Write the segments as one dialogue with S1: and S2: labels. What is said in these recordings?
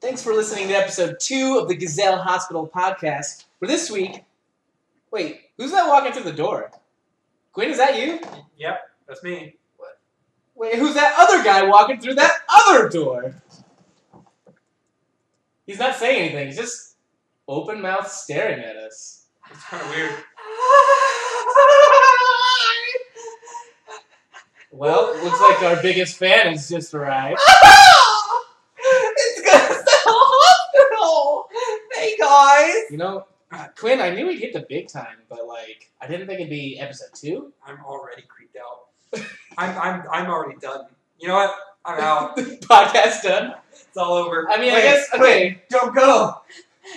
S1: Thanks for listening to episode two of the Gazelle Hospital podcast. For this week, wait, who's that walking through the door? Gwen, is that you?
S2: Yep, that's me.
S1: Wait, who's that other guy walking through that other door? He's not saying anything. He's just open mouth staring at us.
S2: It's kind of weird.
S1: Well, looks like our biggest fan has just arrived.
S3: it's Gazelle Hospital. Hey guys.
S1: You know, uh, Quinn, I knew we'd hit the big time, but like, I didn't think it'd be episode two.
S2: I'm already creeped out. I'm, I'm, I'm already done. You know what? I'm out.
S1: Podcast done.
S2: It's all over.
S1: I mean, I
S3: Wait,
S1: guess okay.
S3: Don't go,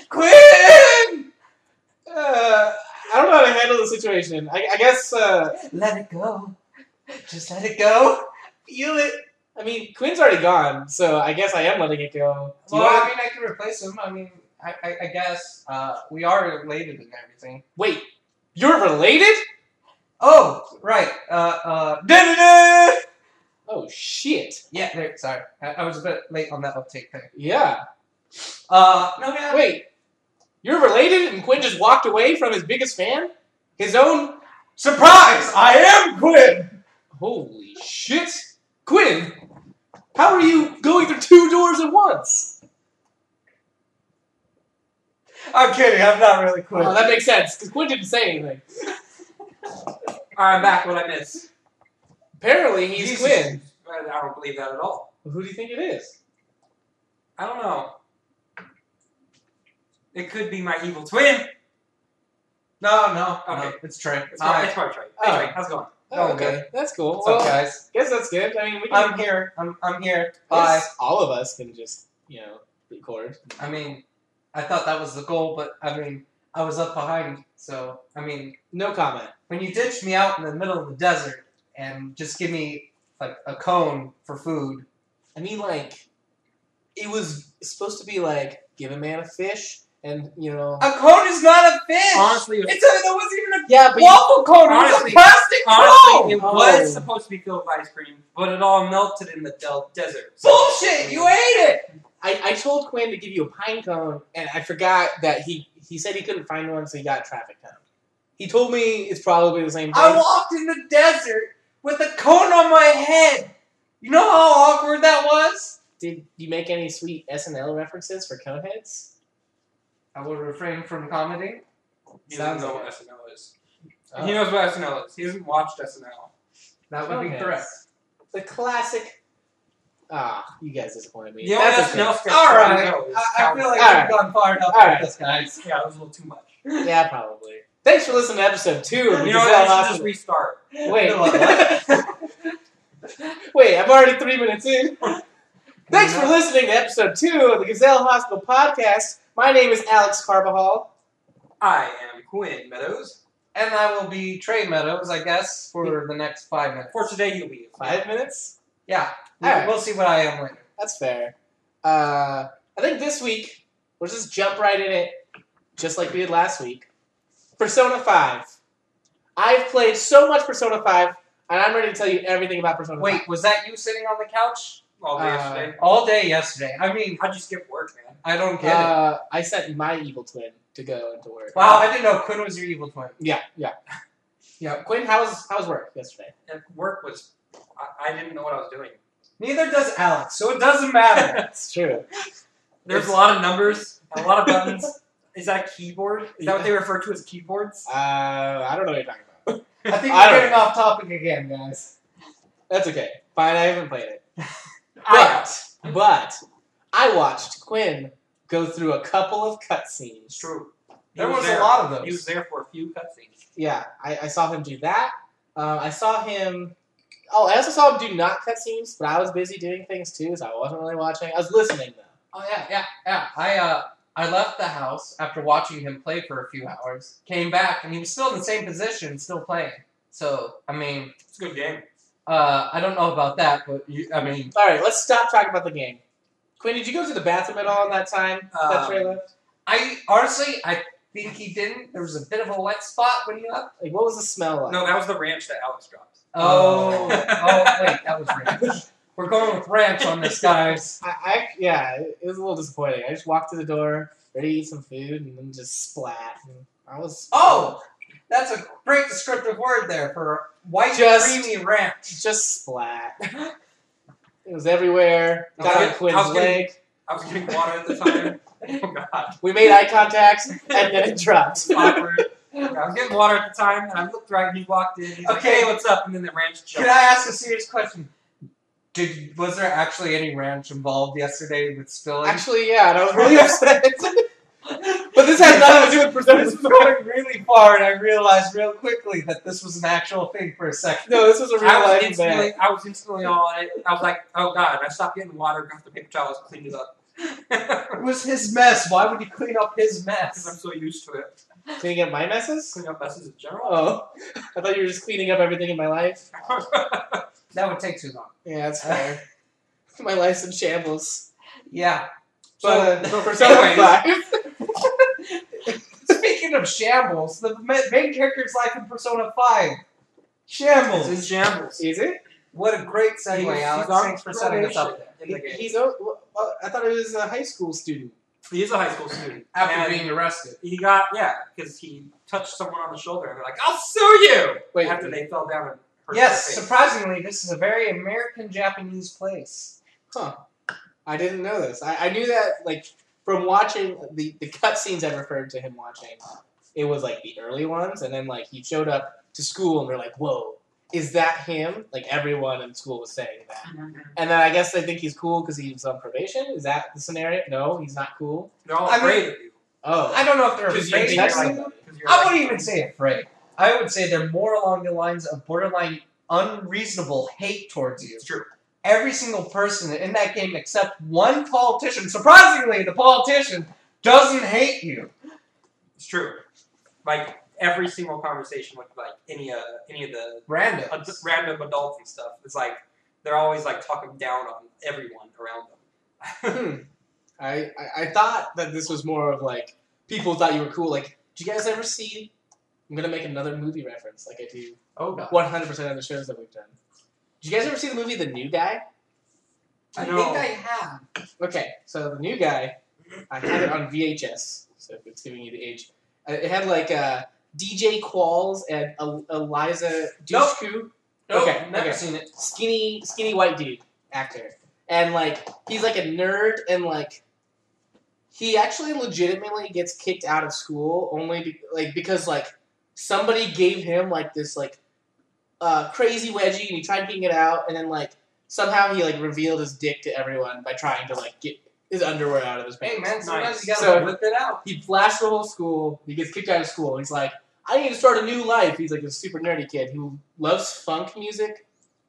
S3: Quinn.
S1: Uh, I don't know how to handle the situation. I, I guess. Uh,
S3: Let it go. Just let it go. Feel it.
S1: I mean, Quinn's already gone, so I guess I am letting it go. Do you
S3: Well, I
S1: wanna-
S3: mean, I can replace him. I mean, I, I, I guess uh, we are related and everything.
S1: Wait, you're related?
S3: Oh, right. Uh, uh, da-da-da!
S1: Oh shit!
S3: Yeah, there, sorry. I, I was a bit late on that uptake thing.
S1: Yeah.
S3: Uh, no, yeah.
S1: Wait, you're related, and Quinn just walked away from his biggest fan, his own.
S3: Surprise! I am Quinn!
S1: Holy shit, Quinn! How are you going through two doors at once?
S3: I'm kidding, I'm not really Quinn.
S1: Oh, that makes sense because Quinn didn't say anything.
S2: All right, I'm back. What I miss?
S1: Apparently, he's
S2: Jesus.
S1: Quinn.
S2: I I don't believe that at all.
S1: Who do you think it is?
S2: I don't know. It could be my evil twin.
S3: no, no, no,
S2: Okay.
S3: it's Trey.
S2: It's
S3: All
S2: my,
S3: right.
S2: it's my Trey. Hey,
S1: Oh.
S2: Trey, how's it going?
S1: Oh,
S3: Oh,
S1: okay, Um, that's cool.
S3: What's
S1: Well,
S3: up, guys?
S1: guess that's good. I mean, we can,
S3: I'm here. I'm, I'm here.
S1: I
S3: Bye.
S1: guess all of us can just you know record.
S3: I mean, I thought that was the goal, but I mean, I was up behind, so, I mean,
S1: No comment.
S3: when you ditch me out in the middle of the desert and just give me like a cone for food,
S1: I mean, like, it was supposed to be like give a man a fish, and you know,
S3: a cone is not a fish.
S2: Honestly, it was,
S3: it's a, it wasn't even a
S1: yeah, but you-
S3: waffle cone.
S2: honestly-
S3: it was a plastic
S2: honestly,
S3: cone.
S2: it was
S1: Oh.
S2: supposed to be filled with ice cream, but it all melted in the del- desert.
S3: Bullshit! You ate it.
S1: I, I told Quinn to give you a pine cone, and I forgot that he he said he couldn't find one, so he got a traffic cone. He told me it's probably the same thing.
S3: I walked in the desert with a cone on my head. You know how awkward that was.
S1: Did you make any sweet SNL references for coneheads?
S3: I will refrain from commenting.
S2: He doesn't
S1: Sounds
S2: know
S1: like
S2: what SNL is.
S3: Uh.
S2: He knows what SNL is. He hasn't watched SNL.
S3: That would be
S1: Coneheads.
S3: correct.
S1: The classic. Ah, you guys disappointed me.
S2: The only
S1: That's okay.
S2: SNL sketch
S3: All
S2: that I
S3: right,
S2: know is
S3: I, I feel like
S1: Alright.
S3: we've gone far enough
S1: Alright.
S3: with this, guys.
S2: Yeah, it was a little too much.
S1: Yeah, probably. Thanks for listening to episode two of the
S2: You know
S1: Gazelle
S2: what? We should just
S1: Hospital.
S2: restart.
S1: Wait. Wait, I'm already three minutes in. Thanks for listening to episode two of the Gazelle Hospital podcast. My name is Alex Carbajal.
S2: I am Quinn Meadows.
S3: And I will be Trey Meadows, I guess, for the next five minutes.
S2: For today, you'll be
S1: Five minutes?
S3: Yeah.
S1: All right.
S3: We'll see what I am later.
S1: That's fair. Uh, I think this week, we'll just jump right in it, just like we did last week. Persona 5. I've played so much Persona 5, and I'm ready to tell you everything about Persona 5.
S3: Wait, was that you sitting on the couch
S2: all day
S1: Uh,
S2: Oh, yesterday.
S3: all day yesterday? I mean,
S2: How'd you skip work, man?
S3: I don't get it.
S1: Uh, I sent my evil twin to go and to work.
S3: Wow, I didn't know Quinn was your evil twin.
S1: Yeah, yeah.
S3: Yeah.
S1: Quinn, how was how was work yesterday?
S2: And work was. I, I didn't know what I was doing.
S3: Neither does Alex, so it doesn't matter.
S1: That's true.
S2: There's a lot of numbers, and a lot of buttons. Is that a keyboard? Is that what they refer to as keyboards?
S1: Uh, I don't know what you're talking about.
S3: I think
S1: I
S3: we're
S1: don't-
S3: getting off topic again, guys.
S1: That's okay. Fine, I haven't played it.
S2: I,
S1: But but I watched Quinn go through a couple of
S2: it's
S1: cutscenes.
S2: true. He
S3: There was,
S2: there.
S3: a lot of
S2: He was
S3: those.
S2: there for a few cutscenes.
S1: Yeah, I, I saw him do that. Uh, I saw him. Oh, I also saw him do not cutscenes, but I was busy doing things too, so I wasn't really watching. I was listening though.
S3: Oh yeah, yeah, yeah. I uh, I left the house after watching him play for a few hours. Came back and he was still in the same position, still playing. So I mean,
S2: It's a good game.
S3: uh, I don't know about that, but you, I mean,
S1: All right, let's stop talking about the game. Quinn, did you go to the bathroom at all in that time? that
S2: Um,
S1: Trey left?
S3: I honestly, I think he didn't. There was a bit of a wet spot when he left.
S1: Like, what was the smell like?
S2: No, that was the ranch that Alex dropped.
S3: Oh, oh, wait, that was ranch. We're going with ranch on this, guys.
S1: I, I yeah, it was a little disappointing. I just walked to the door, ready to eat some food, and then just splat. And I was
S3: Oh, that's a great descriptive word there for white
S1: Just-
S3: creamy ranch.
S1: just splat. It was everywhere. Got
S2: Okay,
S1: on Quinn's
S2: how's the-
S1: leg.
S2: I was drinking water at the time. Oh god,
S1: We made eye contact, and then it dropped.
S2: it's awkward. I was getting water at the time, and I looked right, and he walked in. He's like,
S3: Okay.
S2: hey, what's up? And then the ranch
S3: Can
S2: jumped.
S3: I ask a serious question? Did was there actually any ranch involved yesterday with spilling?
S1: Actually, yeah, and I was really upset. but this has nothing to do with
S3: this
S1: Persona's
S3: was going really far, and I realized real quickly that this was an actual thing for a second.
S1: No, this was a real
S2: I was,
S1: life event.
S2: instantly, I was instantly on it. I was like, oh god, I stopped getting water, grabbed the paper towels, and cleaned it up. Because
S3: It was his mess. Why would you clean up his
S2: I'm
S3: mess?
S2: so used to it.
S1: Cleaning up my messes?
S2: Clean up messes in general.
S1: Oh, I thought you were just cleaning up everything in my life.
S3: Oh. That would take too long.
S1: Yeah, that's fair. my life's in shambles.
S3: Yeah.
S1: But uh,
S3: So-
S1: Persona
S2: anyways.
S1: 5.
S3: Speaking of shambles, the ma- main character's life in Persona Five. Shambles.
S2: It's in shambles.
S1: Is it?
S3: What a great segue,
S2: He's- he's
S3: Alex.
S2: on
S3: Thanks for setting us up there.
S2: In the game.
S1: He's a, well, I thought he was a high school student.
S2: He is a high school student. and
S3: arrested.
S2: he got yeah, because he touched someone on the shoulder, and they're like, "I'll sue you."
S1: Wait,
S2: after they fell down and hurt
S3: Yes,
S2: their face.
S3: surprisingly, this is a very American Japanese place.
S1: I didn't know this. I, I knew that like from watching the the cutscenes I referred to him watching. It was like the early ones, and then like he showed up to school, and they're like, "Whoa, is that him?" Like everyone in school was saying that. And then I guess they think he's cool because he's on probation. Is that the scenario? No, he's not cool.
S2: they're all
S3: I mean-
S2: afraid of you
S1: Oh,
S3: I don't know if they're
S2: because you
S3: afraid.
S2: think
S1: that's
S2: you're like.
S1: something.
S2: 'cause you're
S3: I
S2: like-
S3: wouldn't even say afraid. I would say they're more along the lines of borderline unreasonable hate towards you.
S2: It's true.
S3: Every single person in that game, except one politician, surprisingly, the politician doesn't hate you.
S2: It's true. Like every single conversation with like any uh any of the
S3: Random.
S2: ad- random adults and stuff is like they're always like talking down on everyone around them.
S1: Hmm. I, I I thought that this was more of like people thought you were cool. Like, do you guys ever see? I'm gonna make another movie reference, like I do
S3: Oh god.
S1: 100 percent of the shows that we've done. Did you guys ever see the movie The New Guy?
S3: I
S2: No.
S3: think I have.
S1: Okay, so The New Guy, I had it on VHS, so if it's giving you the age. Uh, It had like uh, DJ Qualls and El- Eliza
S3: Nope.
S1: Dushku,
S3: okay,
S1: Okay,
S3: never
S1: okay.
S3: seen it.
S1: skinny skinny white dude actor, and like he's like a nerd and like. He actually legitimately gets kicked out of school only be- like because like somebody gave him like this like uh, crazy wedgie and he tried getting it out and then like somehow he like revealed his dick to everyone by trying to like get his underwear out of his pants.
S3: Hey man, sometimes
S2: Nice.
S3: you gotta
S1: So-
S3: whip it out.
S1: He flashed the whole school. He gets kicked out of school. He's like, I need to start a new life. He's like a super nerdy kid who loves funk music.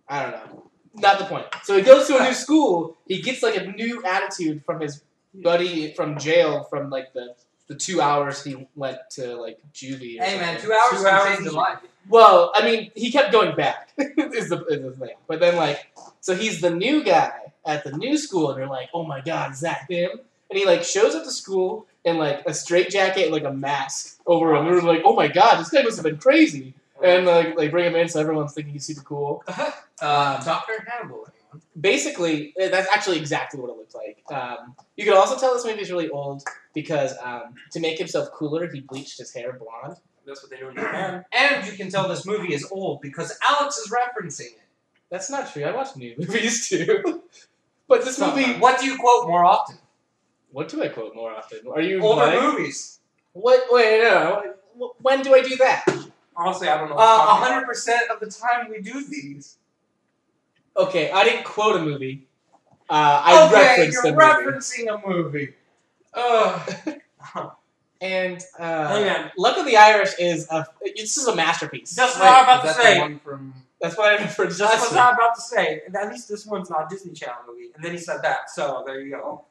S1: I don't know. Not the point. So he goes to a new school. He gets like a new attitude from his buddy from jail from like the the two hours he went to like juvie. Or
S3: Hey man,
S1: something.
S3: two hours
S2: Two
S3: can
S2: hours
S3: change
S2: is
S3: your life.
S1: Well, I mean, he kept going back is, the, is the thing. But then, like, so he's the new guy at the new school, and you're like, oh my god, is that him? And he like shows up to school in like a straight jacket and like a mask over him. We were like, oh my god, this guy must have been crazy. And uh, like they bring him in, so everyone's thinking he's super cool.
S3: Uh, Doctor Hannibal.
S1: Basically, eh, that's actually exactly what it looked like. Um, you can also tell this movie is really old because um, to make himself cooler, he bleached his hair blonde.
S2: that's what they do in Japan.
S3: And you can tell this movie is old because Alex is referencing it.
S1: That's not true. I watch new movies too. But this
S3: So,
S1: movie,
S3: what do you quote more often?
S1: What do I quote more often? Are you
S3: Older
S1: lying?
S3: movies.
S1: What? Wait, no. Wh- When do I do that?
S2: Honestly, I don't know. what I'm
S3: Uh,
S2: talking about.
S3: 100% of the time we do these.
S1: Okay, I didn't quote a movie. Uh, I
S3: okay,
S1: referenced
S3: you're
S1: a movie.
S3: referencing a movie. Ugh.
S1: and uh,
S2: Hey, man.
S1: Luck of the Irish is a. This is a masterpiece.
S2: That's what
S3: Wait,
S2: I'm about
S3: is
S2: to
S3: that
S2: say.
S3: the one from-
S1: That's what I referenced.
S2: That's
S1: last
S2: what
S1: week.
S2: I'm about to say. And At least this one's not a Disney Channel movie. And then he said that, so there you go.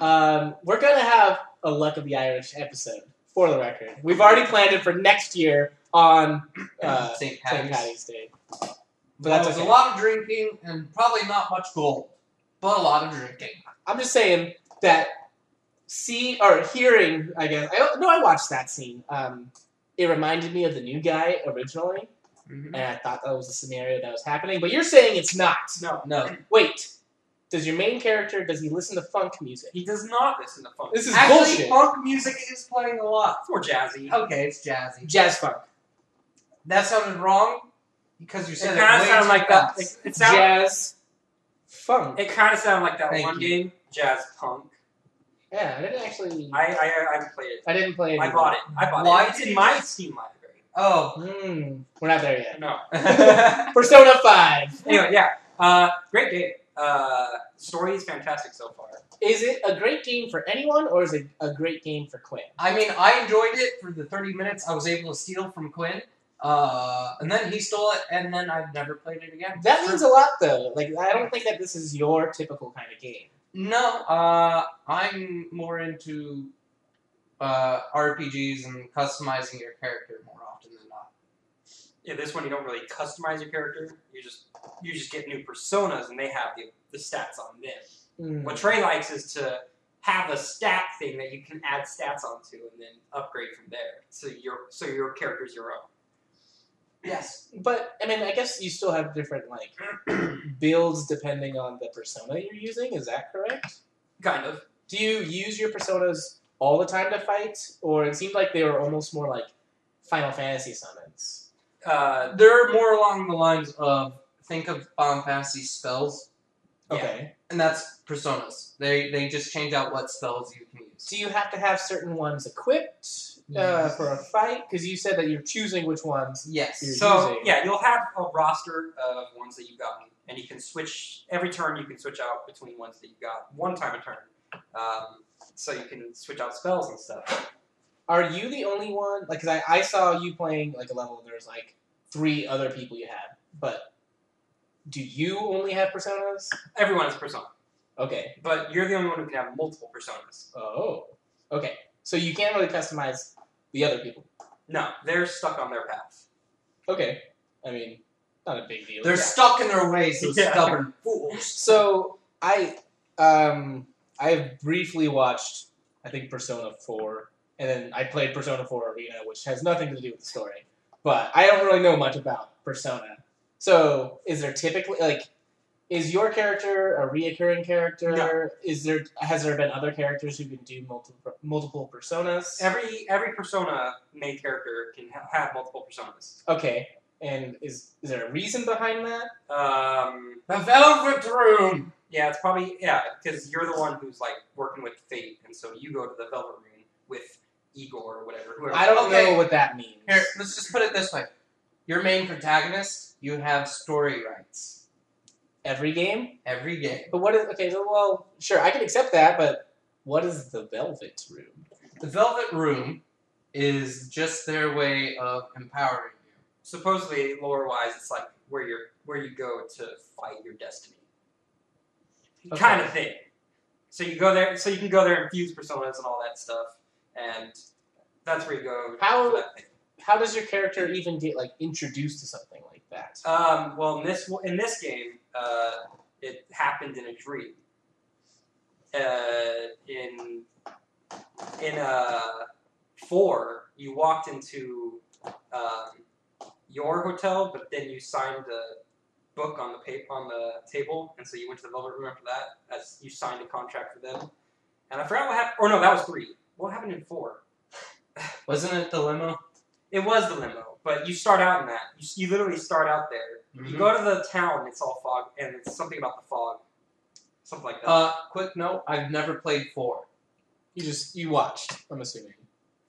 S1: Um, we're gonna have a Luck of the Irish episode for the record. We've already planned it for next year on uh,
S3: St.
S1: St.
S3: Patty's.
S1: Patty's Day. But
S3: Well,
S1: that's
S3: it was
S1: okay.
S3: a lot of drinking and probably not much gold, but a lot of drinking.
S1: I'm just saying that see or hearing, I guess. I don't- no, I watched that scene. Um, it reminded me of the new guy Mm-hmm. originally, and I thought that was the scenario that was happening. But you're saying it's not.
S2: No.
S3: No,
S1: Wait, Does your main character does he listen to funk music?
S2: He does not listen to funk.
S1: This is
S3: Actually,
S1: bullshit.
S3: funk music is playing a lot.
S2: It's more jazzy.
S3: Okay, it's jazzy.
S1: Jazz funk.
S3: That sounded wrong because you
S2: it
S3: said
S2: kind
S3: it,
S2: of
S3: way
S2: sounded
S3: too
S2: like that. It,
S3: fast.
S2: it sound,
S1: Jazz funk.
S2: It kind of sounded like that
S3: Thank
S2: one
S3: you.
S2: game, Jazz Punk.
S1: Yeah, I didn't actually.
S2: I I, I haven't played
S1: I didn't play
S2: it.
S1: it.
S2: I bought it. I bought
S3: Why
S2: it. It's
S3: did
S2: in
S3: you
S2: my
S3: just-
S2: Steam library.
S3: Oh.
S1: Mm, we're not there yet.
S2: No.
S1: Persona Five.
S2: anyway, yeah. Uh, great game. Uh, story is fantastic so far.
S1: Is it a great game for anyone, or is it a great game for Quinn?
S3: I mean, I enjoyed it for the 30 minutes I was able to steal from Quinn. Uh, and then he stole it, and then I've never played it again.
S1: That means a lot, though. Like, I don't think that this is your typical kind of game.
S3: No, uh, I'm more into uh, RPGs and customizing your character more often than not.
S2: Yeah, this one you don't really customize your character. You just you just get new personas and they have the, the stats on them.
S3: Hmm.
S1: Mm.
S2: What Trey likes is to have a stat thing that you can add stats onto and then upgrade from there. So your so your character's your own.
S3: Yes.
S1: But I mean, I guess you still have different like builds depending on the persona you're using. Is that correct?
S2: Kind of.
S1: Do you use your personas all the time to fight, or it seemed like they were almost more like Final Fantasy summons?
S2: Uh,
S3: They're more along the lines of think of Final Fantasy spells,
S2: Yeah.
S1: Okay.
S3: and that's personas. They they just change out what spells you can use.
S1: Do you have to have certain ones equipped uh, for a fight? Because you said that you're choosing which ones.
S3: Yes.
S1: Here's-
S2: So
S1: using.
S2: yeah, you'll have a roster of ones that you've gotten, and you can switch every turn. You can switch out between ones that you got one time a turn, um, so you can switch out spells and stuff.
S1: Are you the only one? Like, 'cause I, I saw you playing like a level. There's like three other people you had, but do you only have personas?
S2: Everyone has a persona,
S1: Okay.
S2: but you're the only one who can have multiple personas.
S1: Oh. Okay. So you can't really customize the other people.
S2: No, they're stuck on their path.
S1: Okay. I mean, not a big deal.
S3: They're stuck in their ways, those
S2: Yeah.
S3: stubborn fools.
S1: So I um I briefly watched I think Persona 4 and then I played Persona 4 Arena which has nothing to do with the story. But I don't really know much about Persona. So is there typically like is your character a reoccurring character?
S2: No.
S1: Is there has there been other characters who can do multiple multiple personas?
S2: Every every persona main character can ha- have multiple personas.
S1: Okay. And is is there a reason behind that?
S2: Um,
S3: The Velvet Room.
S2: yeah, it's probably yeah because you're the one who's like working with fate, and so you go to the Velvet Room with Igor or whatever. Whoever
S1: I don't
S3: Okay.
S1: know what that means.
S3: Here, let's just put it this way: your main protagonist, you have story rights
S1: Every game?
S3: every game.
S1: But what is okay, so well, sure, I can accept that, but what is the Velvet Room?
S3: The Velvet Room is just their way of empowering you.
S2: supposedly lore wise it's like where you're where you go to fight your destiny
S1: Okay.
S2: kind of thing so you go there so you can go there and fuse personas and all that stuff and that's where you go
S1: How-
S2: for that thing.
S1: How does your character even get like introduced to something like that?
S2: um, well in this in this game uh, it happened in a dream uh, in in uh, four you walked into um, your hotel, but then you signed the book on the paper on the table, and so you went to the Velvet Room after that as you signed a contract for them. And I forgot what happened. Or no, that was three. What happened in four?
S3: Wasn't it the limo?
S2: It was the limo, but you start out in that. You, s- you literally start out there.
S3: Mm-hmm.
S2: You go to the town, it's all fog, and it's something about the fog, something like that.
S3: Uh, quick note: I've never played four.
S1: You just you watched, I'm assuming.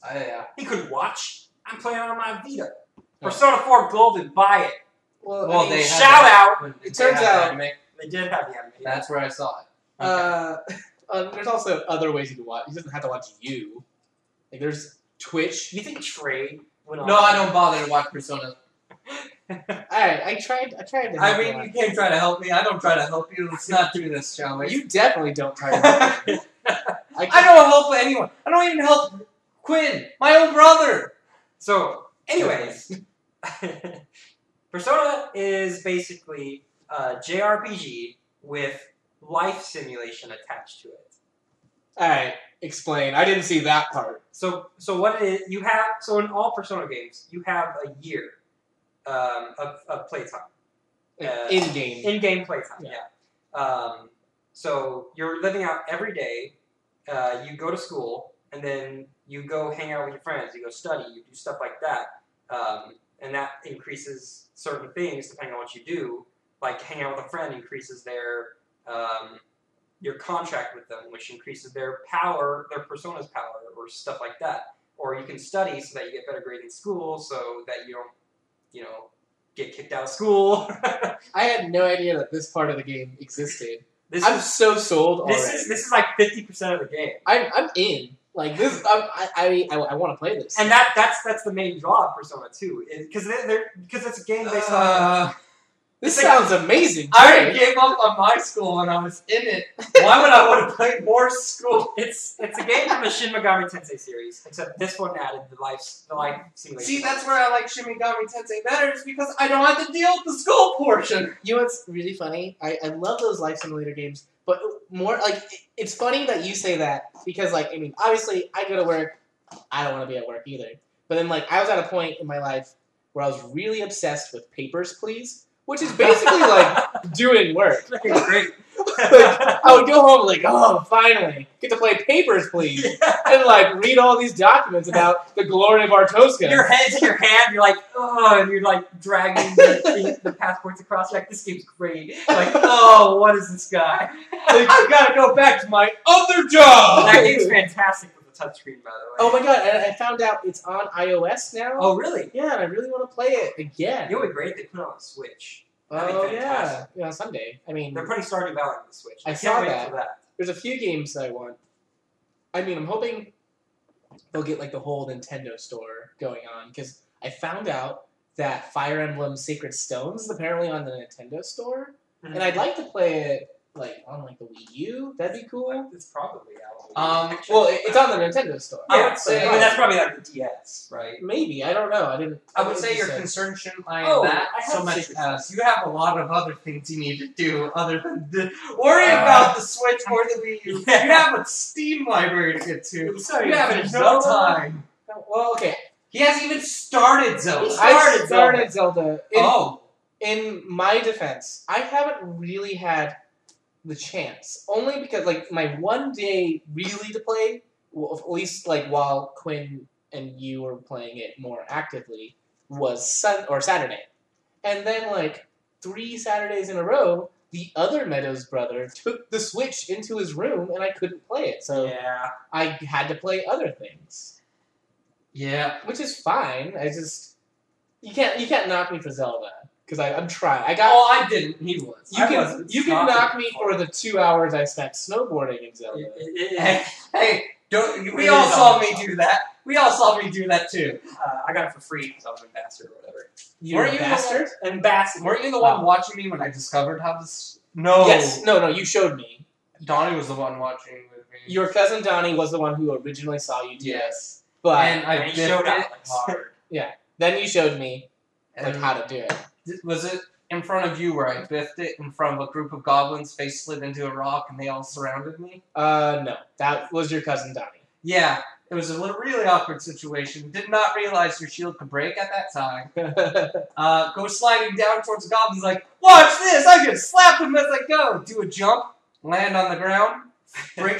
S3: I, uh,
S2: he could watch. I'm playing on my Vita.
S1: Oh.
S2: Persona 4 Golden, buy it.
S1: Well,
S3: well,
S1: I mean,
S3: they had
S2: shout
S3: that
S2: out.
S3: when
S1: It
S3: they
S1: turns
S3: had that
S1: out-
S3: anime.
S2: They did have the anime.
S3: that's where I saw it.
S1: uh, uh, there's also other ways you can watch. You doesn't have to watch you. Like there's Twitch.
S2: you think Trey went on?
S3: no, I don't bother to watch Persona.
S1: All right, I tried. I tried to.
S3: I
S1: help
S3: mean, you can't try to help me. I don't try to help you. Let's not do this, shall
S1: out.
S3: we?
S1: you definitely don't try. To help me. I,
S3: I
S1: can't-
S3: don't help anyone. I don't even help Quinn, my own brother.
S2: So, anyways, Persona is basically a JRPG with life simulation attached to it.
S1: All right, explain. I didn't see that part.
S2: So, so what it is you have? So in all Persona games, you have a year um, of, of playtime.
S1: Like,
S2: Uh,
S1: in game.
S2: in game playtime. Yeah.
S1: Yeah.
S2: Um, So you're living out every day. Uh, you go to school, and then you go hang out with your friends. You go study. You do stuff like that, um, and that increases certain things depending on what you do. Like hanging out with a friend increases their um, your contract with them, which increases their power, their persona's power, or stuff like that. Or you can study so that you get better grades in school, so that you don't, you know, get kicked out of school.
S1: I had no idea that this part of the game existed.
S2: this
S1: I'm
S2: is
S1: so sold
S2: this
S1: already.
S2: is this is like fifty percent of the game.
S1: I'm, I'm in. Like this, I'm, I I, I, I want to play this.
S2: and that that's that's the main draw of Persona Two, because they're because it's a game based on.
S3: Uh,
S1: this
S2: it's like-
S1: sounds amazing.
S3: I
S1: too.
S3: already gave up on my school when I was in it.
S2: Why would I want to play more school? It's it's a game from the Shin Megami Tensei series, except this one added the life the life simulation.
S3: See, that's where I like Shimigami Tensei better, is because I don't have to deal with the school portion.
S1: You know what's really funny? I, I love those life simulator games, but more like it- it's funny that you say that because like I mean obviously I go to work, I don't want to be at work either. But then like I was at a point in my life where I was really obsessed with papers, please, which is basically like doing work.
S2: great.
S1: Like, I would go home like oh finally get to play papers, please, and like read all these documents about the glory of Artoska.
S2: Your head's in your hand, you're like, oh, and you're like dragging the, the, the passports across. You're like, this game's great. Like, oh, what is this guy?
S1: Like,
S2: I gotta go back to my
S3: Other job!
S2: That game's fantastic with the touchscreen, by the way.
S1: oh my god! And I found out it's on iOS now.
S2: Oh, really?
S1: Yeah, and I really want to play it again.
S2: It would be great if they put it on the Switch. That'd be
S1: Oh yeah,
S2: fantastic.
S1: yeah. Someday. I mean,
S2: They're putting Stardew Valley on the Switch.
S1: I
S2: can't
S1: saw
S2: wait
S1: that.
S2: for that.
S1: there's a few games that I want. I mean, I'm hoping they'll get like the whole Nintendo store going on because I found out that Fire Emblem Sacred Stones is apparently on the Nintendo store, and I'd like to play it like on like the Wii U. That'd be cool.
S2: It's probably out.
S3: Um,
S1: Well, it- it's on the Nintendo store.
S2: Yeah,
S3: I would say-
S2: I mean, that's probably like the DS, right?
S1: Maybe I don't know. I didn't.
S3: I would say your
S1: you're.
S3: concern shouldn't lie
S2: Oh,
S3: in that
S2: I have
S3: so much
S2: secret
S3: as you have a lot of other things you need to do other than the, worry about the Switch or the Wii U.
S2: Yeah.
S3: You have a Steam library to get to.
S2: So
S3: You have
S2: there's
S3: no
S2: no-
S3: time.
S1: well, okay.
S3: He hasn't even started Zelda.
S2: He's-
S1: I
S2: Started
S1: started Zelda. in-
S3: oh,
S1: in my defense, I haven't really had the chance. Only because like my one day really to play, well, at least like while Quinn and you were playing it more actively, was Sun or Saturday, and then like three Saturdays in a row, the other Meadows brother took the Switch into his room, and I couldn't play it. So
S2: Yeah.
S1: I had to play other things,
S3: yeah.
S1: which is fine. I just you can't you can't knock me for Zelda because I'm trying. I got
S3: Oh, I didn't. He was.
S1: you
S2: I
S1: can
S2: wasn't
S1: you can
S2: stopping
S1: knock me
S2: before.
S1: for the two hours I spent snowboarding in Zelda.
S2: It- it- it-
S3: Hey, hey, don't. We
S2: It
S3: all
S2: is
S3: saw
S2: on
S3: me
S2: the-
S3: do that. We all saw me do that too.
S2: uh, I got it for free because I was an ambassador or whatever.
S1: You
S3: Weren't you the one-
S1: bastard!
S2: Ambassador.
S3: Weren't you the one watching me when I discovered how this? No.
S1: Yes, no, no, you showed me.
S3: Donnie was the one watching with me.
S1: Your cousin Donnie was the one who originally saw you do it,
S3: yes.
S1: but
S3: and I
S2: And he
S3: bit
S2: showed
S3: it
S2: Alex.
S3: hard.
S1: then you showed me like
S3: And
S1: how to do it.
S3: th- was it in front of you where I biffed it in front of a group of goblins? Face slid into a rock and they all surrounded me.
S1: Uh, no, that was your cousin Donnie.
S3: Yeah, it was a li- really awkward situation. Did not realize your shield could break at that time. uh, go sliding down towards the goblins, like, watch this, I can slap him as I go. Do a jump, land on the ground, break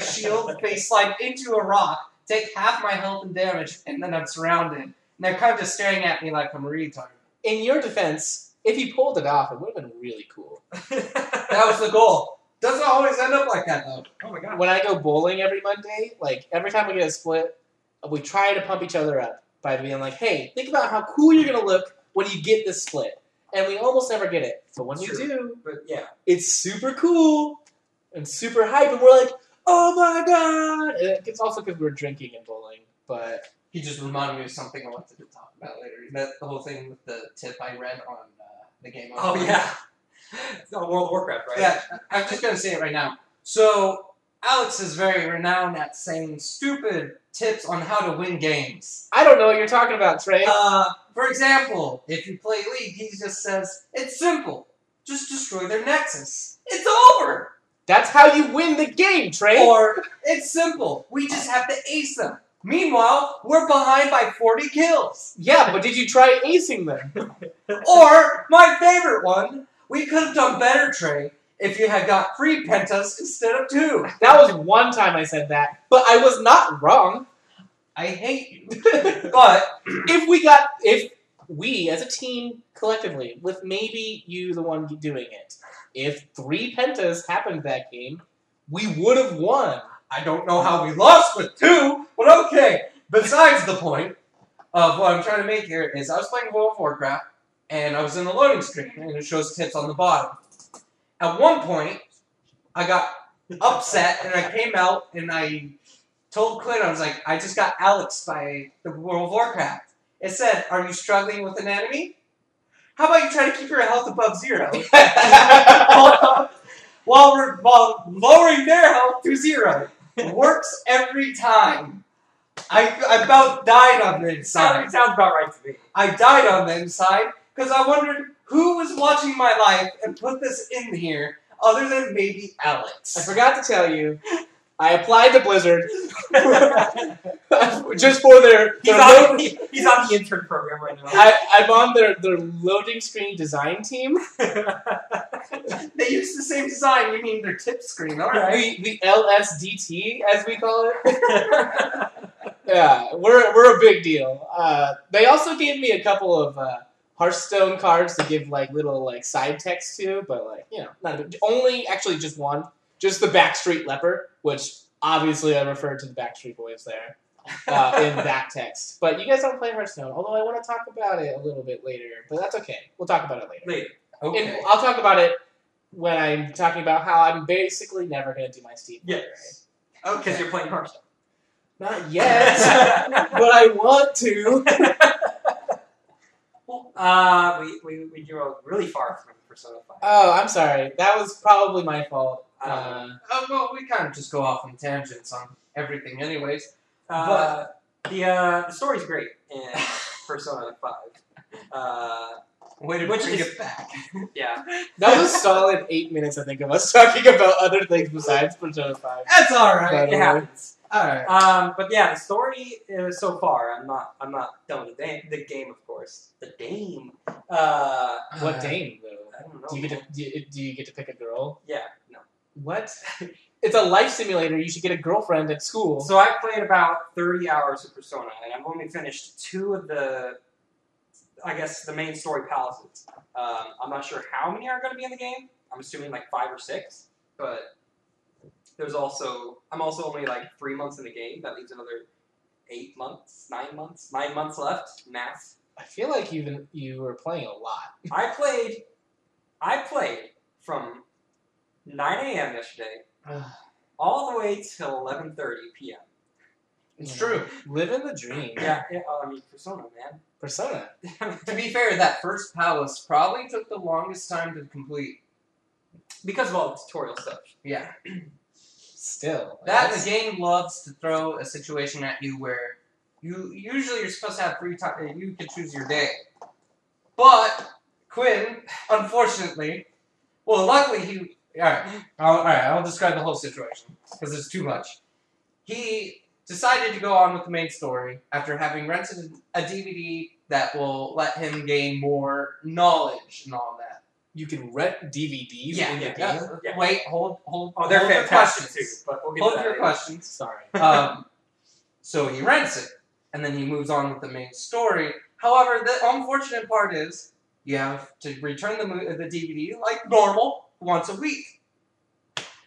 S3: shield, face slide into a rock, take half my health and damage, and then I'm surrounded. And they're kind of just staring at me like I'm a retard.
S1: in your defense, if he pulled it off, it would have been really cool.
S3: That was the goal. Doesn't always end up like that, though.
S2: oh my god.
S1: When I go bowling every Monday, like every time we get a split, we try to pump each other up by being like, "Hey, think about how cool you're gonna look when you get this split." And we almost never get it, but when we
S2: Sure.
S1: do,
S2: But yeah.
S1: it's super cool and super hype, and we're like, oh my god! And it's also because we're drinking and bowling, but
S3: He just reminded me of something I wanted to talk about later. That the whole thing with the tip I read on uh, the game. I
S2: Oh
S3: was
S2: yeah. It's not World of Warcraft, right?
S3: Yeah, I'm just gonna say it right now. So Alex is very renowned at saying stupid tips on how to win games.
S1: I don't know what you're talking about, Trey.
S3: Uh, for example, if you play League, he just says it's simple. Just destroy their nexus. It's over.
S1: That's how you win the game, Trey.
S3: Or it's simple. We just have to ace them. Meanwhile, we're behind by 40 kills.
S1: yeah, but did you try acing them?
S3: Or my favorite one, we could have done better, Trey. if you had got three pentas instead of two.
S1: That was one time I said that, but I was not wrong.
S3: I hate you.
S1: if
S3: But
S1: we got, if we as a team collectively, with maybe you the one doing it, if three pentas happened that game, we would have won.
S3: I don't know how we lost with two, but okay. Besides the point of what I'm trying to make here is I was playing World of Warcraft and I was in the loading screen and it shows tips on the bottom. At one point, I got upset and I came out and I told Quinn, I was like, I just got Alex by the World of Warcraft. It said, Are you struggling with an enemy? How about you try to keep your health above zero? while we're while lowering their health to zero. Works every time. I, I about died on the
S2: Sounds,
S3: inside.
S2: sounds about right to me.
S3: I died on the inside because I wondered who was watching my life and put this in here other than maybe
S1: I
S3: Alex.
S1: forgot to tell you, I applied to Blizzard just for their,
S2: He's
S1: their
S2: on,
S1: load-
S2: he- he's on the intern program right now.
S1: I, I'm on their, their loading screen design team.
S3: they used the same design. You mean their tip screen, all right?
S1: The, the LSDT, as we call it. Yeah, we're, we're a big deal. Uh, they also gave me a couple of uh, Hearthstone cards to give like little like side text to, but like you know, not a big, only actually just one, just the Backstreet Leper, which obviously I referred to the Backstreet Boys there uh, in that text. But you guys don't play Hearthstone, although I want to talk about it a little bit later. But that's okay. We'll talk about it later.
S2: Later.
S3: Okay.
S1: And I'll talk about it when I'm talking about how I'm basically never going to do my Steve. Miller.
S2: Yes. Because
S3: Okay.
S2: Oh, you're playing Hearthstone.
S1: Not yet, but I want to.
S2: uh, we, we, we drove really far from Persona 5.
S1: Oh, I'm sorry. That was probably my fault.
S2: I don't know.
S1: Uh,
S3: Uh, well, we kind of just go off on tangents on everything, anyways.
S2: Uh, the, uh, the story's great in Persona 5. Uh,
S3: Way to
S2: Which
S3: bring
S2: is-
S3: it back.
S2: yeah.
S1: that was solid eight minutes, I think, of us talking about other things besides Persona 5.
S3: That's all right.
S1: But-
S2: It happens.
S3: All right.
S2: Um, but yeah, the story uh, so far, I'm not, I'm not done with the, da- the game, of course. The game. Uh,
S1: What dame, though?
S2: I don't know.
S1: Do you, get to, do, you, do you get to pick a girl?
S2: yeah, no.
S1: What? It's a life simulator. You should get a girlfriend at school.
S2: So I played about 30 hours of Persona, and I've only finished two of the, I guess, the main story palaces. Um, I'm not sure how many are going to be in the game. I'm assuming like five or six, but there's also I'm also only like three months in the game. That leaves another eight months, nine months, nine months left. Math.
S1: I feel like you've been, you were playing a lot.
S2: I played, I played from 9 a.m. yesterday all the way till 11:30 p.m.
S3: It's
S1: Yeah.
S3: true.
S1: Living the dream.
S2: Yeah, yeah, I mean Persona,
S1: Persona.
S2: man.
S3: To be fair, that first palace probably took the longest time to complete.
S2: because of all the tutorial stuff.
S3: Yeah.
S1: Still.
S3: That
S1: That's-
S3: the game loves to throw a situation at you where you usually you're supposed to have free time you can choose your day. But Quinn, unfortunately, well luckily he alright. I'll- Alright, I'll describe the whole situation. Because there's too much. He decided to go on with the main story after having rented a DVD that will let him gain more knowledge and all that.
S1: You can rent DVDs
S3: Yeah,
S1: in the
S3: yeah,
S1: game?
S2: Yeah.
S3: Wait, hold, hold.
S2: Oh, they're
S3: hold your
S2: fantastic too.
S3: questions.
S2: But we'll get to
S3: Hold
S2: that
S3: your
S2: later.
S3: questions.
S1: Sorry.
S3: Um, so he rents it, and then he moves on with the main story. However, the unfortunate part is you have to return the mo- uh, the DVD like normal once a week.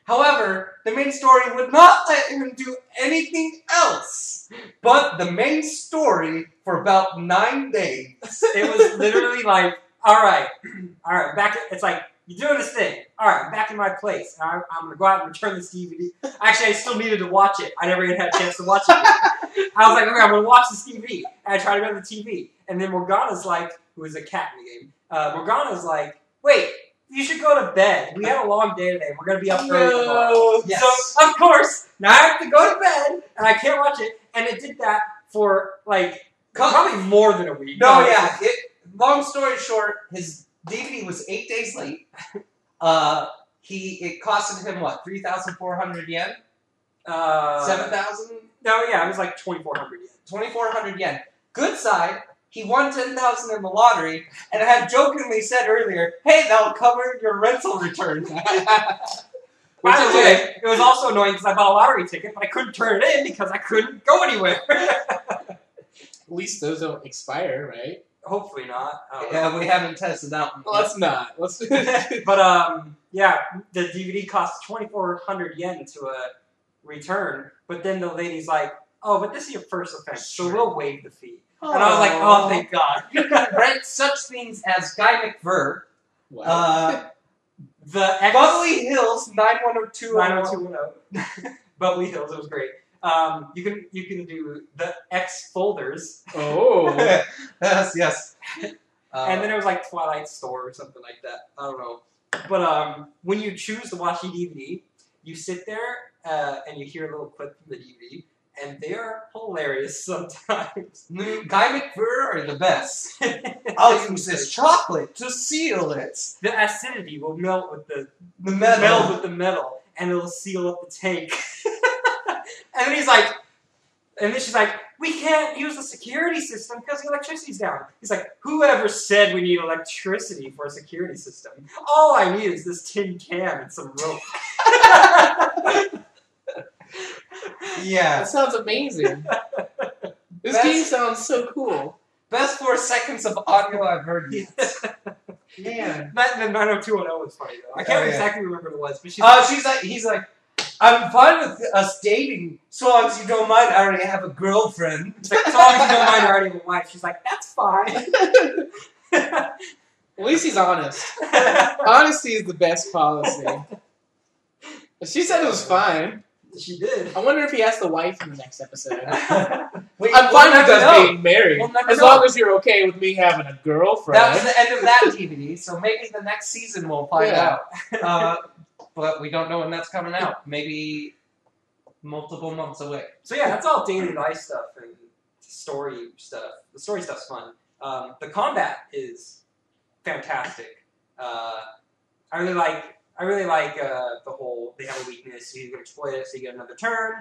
S3: However, the main story would not let him do anything else but the main story for about nine days.
S2: It was literally like, all right, all right, back. It's like you're doing this thing. All right, back in my place. And I'm, I'm gonna go out and return this DVD. Actually, I still needed to watch it. I never even had a chance to watch it. I was like, okay, I'm gonna watch this TV. And I try to go to the TV, and then Morgana's like, who is a cat in the game? Uh, Morgana's like, wait, you should go to bed. We had a long day today. We're gonna be up early tomorrow.
S3: Yes.
S2: So of course now I have to go to bed and I can't watch it. And it did that for like probably more than a week.
S3: No, yeah. It, long story short, his DVD was eight days late. Uh, he it costed him what three thousand four hundred yen,
S2: Uh,
S3: seven thousand,
S2: No, yeah, it was like twenty four hundred yen.
S3: twenty four hundred yen. Good side, He won ten thousand in the lottery, and I had jokingly said earlier, "Hey, that'll cover your rental return."
S2: By
S3: Which
S2: the
S3: is
S2: way, it was also annoying because I bought a lottery ticket, but I couldn't turn it in because I couldn't go anywhere.
S1: At least those don't expire, right?
S2: Hopefully not. I don't
S3: Yeah,
S2: know.
S3: we haven't tested that one.
S1: Well, let's not. Let's.
S2: But um, yeah, the DVD costs twenty four hundred yen to uh, return, but then the lady's like, "Oh, but this is your first offense, so
S1: Sure.
S2: we'll waive the fee." And I was like, "Oh, thank God."
S3: Right, such things as Guy McVer,
S1: wow.
S3: uh,
S2: the ex-
S3: Bubbly Hills 91020.
S2: 90210. oh. Bubbly Hills, it was great. Um, you can you can do the X folders,
S1: oh.
S3: yes, yes. Uh,
S2: and then it was like Twilight Store or something like that. I don't know. But um, when you choose to watch a DVD, you sit there uh, and you hear a little clip from the DVD, and they are hilarious sometimes.
S3: Mm, Guy McVer are the best.
S2: I'll
S3: I'll use this chocolate to seal it.
S2: The acidity will melt with the
S3: The
S2: meld
S3: metal.
S2: with the metal, and it'll seal up the tank. and then he's like, and then she's like, we can't use the security system because the electricity's down. He's like, whoever said we need electricity for a security system? All I need is this tin can and some rope.
S3: Yeah.
S1: That sounds amazing. This
S3: That's-
S1: game sounds so cool.
S3: Best four seconds of audio I've heard yet.
S1: Man.
S2: That the 90210 was funny though. I can't
S3: Oh, yeah.
S2: exactly remember what it was, but she's
S3: Uh, she's like, he's like, I'm fine with us dating, so long as you don't mind. I already have a girlfriend.
S2: it's like, as long as you don't mind already with wife, she's like, that's fine.
S1: At least he's honest.
S3: Uh,
S1: Honesty is the best policy. She said it was fine.
S2: she did.
S1: I wonder if he asked the wife in the next episode.
S3: uh, Wait,
S1: I'm
S3: we'll
S1: fine with
S3: never
S1: us
S3: know.
S1: being married.
S2: We'll never
S1: as
S2: know.
S1: long as you're okay with me having a girlfriend.
S3: Oh, That was the end of that DVD, so maybe the next season we'll find
S1: Yeah.
S3: out. Uh, but we don't know when that's coming out. Maybe multiple months away.
S2: So yeah, that's all daily life stuff and story stuff. The story stuff's fun. Um, the combat is fantastic. Uh, I really like. I really like uh, the whole. They have a weakness. You can exploit it, so you get another turn,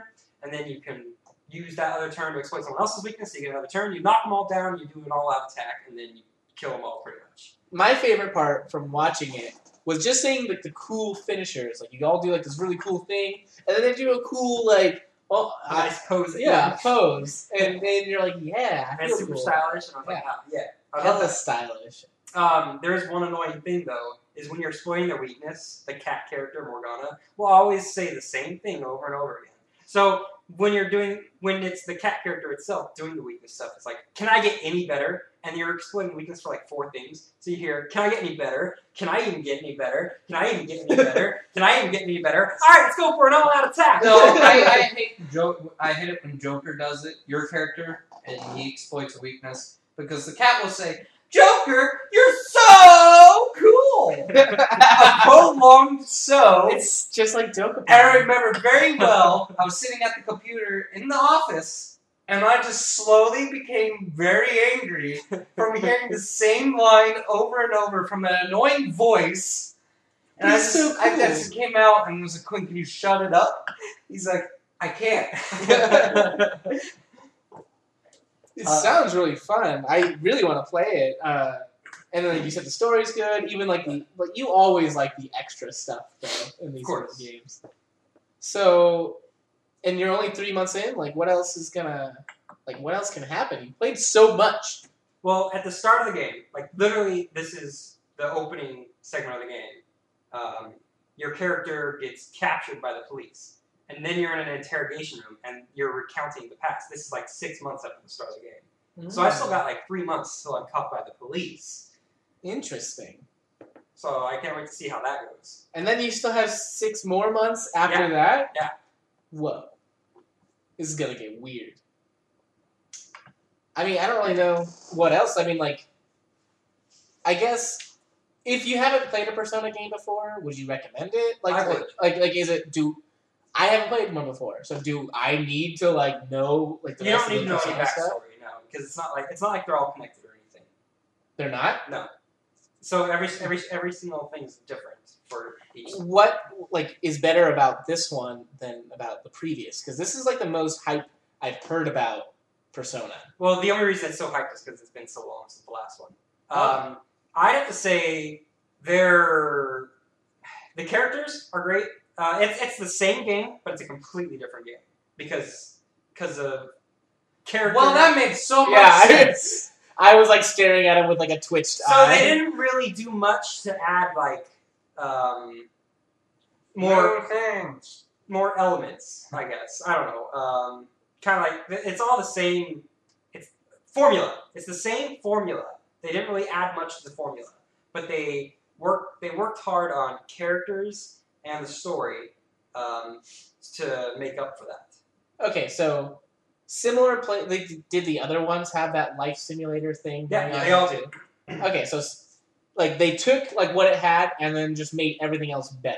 S2: and then you can use that other turn to exploit someone else's weakness. So you get another turn. You knock them all down. You do an all-out attack, and then you kill them all pretty much.
S1: my favorite part from watching it was just seeing like the cool finishers. Like you all do like this really cool thing, and then they do a cool like, well, I,
S2: Nice pose.
S1: Uh, yeah, pose, and then you're like, yeah, I
S2: And
S1: feel
S2: super
S1: cool.
S2: stylish. And I was like, ah, yeah. I love
S1: Hella
S2: this.
S1: stylish.
S2: Um, there is one annoying thing though, is when you're exploiting their weakness, the cat character Morgana will always say the same thing over and over again. So when you're doing when it's the cat character itself doing the weakness stuff, it's like, can I get any better? And you're exploiting weakness for like four things. So you hear, can I get any better? Can I even get any better? Can I even get any better? Can I even get any better? All right, let's go for an all-out attack.
S3: No, I, I hate Joker. I hate it when Joker does it. Your character and he exploits a weakness because the cat will say, "Joker, you're so cool." a prolonged so.
S1: It's just like Uh, Dokapon.
S3: And I remember very well, I was sitting at the computer in the office, and I just slowly became very angry from hearing the same line over and over from an annoying voice. And I
S1: That's
S3: just,
S1: so
S3: I, I
S1: cool.
S3: just came out and was like, Quinn, can you shut it up? He's like, I can't.
S1: It
S3: Uh,
S1: sounds really fun. I really want to play it. Uh, and then like you said, the story's good. Even like the like you always like the extra stuff though in these
S2: Of
S1: sort
S2: course.
S1: of games. So, and you're only three months in. Like, what else is gonna like? What else can happen? You played so much.
S2: Well, at the start of the game, like literally, this is the opening segment of the game. Um, your character gets captured by the police, and then you're in an interrogation room and you're recounting the past. This is like six months after the start of the game,
S1: Mm.
S2: so I still got like three months till I'm caught by the police.
S1: interesting.
S2: So I can't wait to see how that goes.
S1: And then you still have six more months after that.
S2: yeah.
S1: Whoa, this is gonna get weird. I mean, I don't really know what else. I mean, like, I guess if you haven't played a Persona game before, would you recommend it? Like,
S2: I would.
S1: like, like, is it do? I haven't played one before, so do I need to like know like the
S2: You
S1: rest
S2: don't need to
S1: of the
S2: know any
S1: Persona stuff?
S2: backstory, no, because it's not like it's not like they're all connected or anything.
S1: They're not.
S2: So every every every single thing is different for each.
S1: What like is better about this one than about the previous? Because this is like the most hype I've heard about Persona.
S2: Well, the only reason it's so hyped is because it's been so long since the last one.
S3: Oh.
S2: Um, I'd have to say they're the characters are great. Uh, it's it's the same game, but it's a completely different game because because of character.
S3: Well, that makes so much
S1: yeah, I,
S3: sense.
S1: I was like staring at him with like a twitched
S2: so
S1: eye.
S2: they didn't really do much to add like um, more
S3: New things.
S2: more elements, I guess. I don't know. Um, kind of like it's all the same. It's formula. It's the same formula. They didn't really add much to the formula, but they work. They worked hard on characters and the story um, to make up for that.
S1: Okay, so similar play. They, did the other ones have that life simulator thing?
S2: Yeah,
S1: going
S2: yeah,
S1: on
S2: they all
S1: too? Okay, so s- like they took like what it had and then just made everything else better.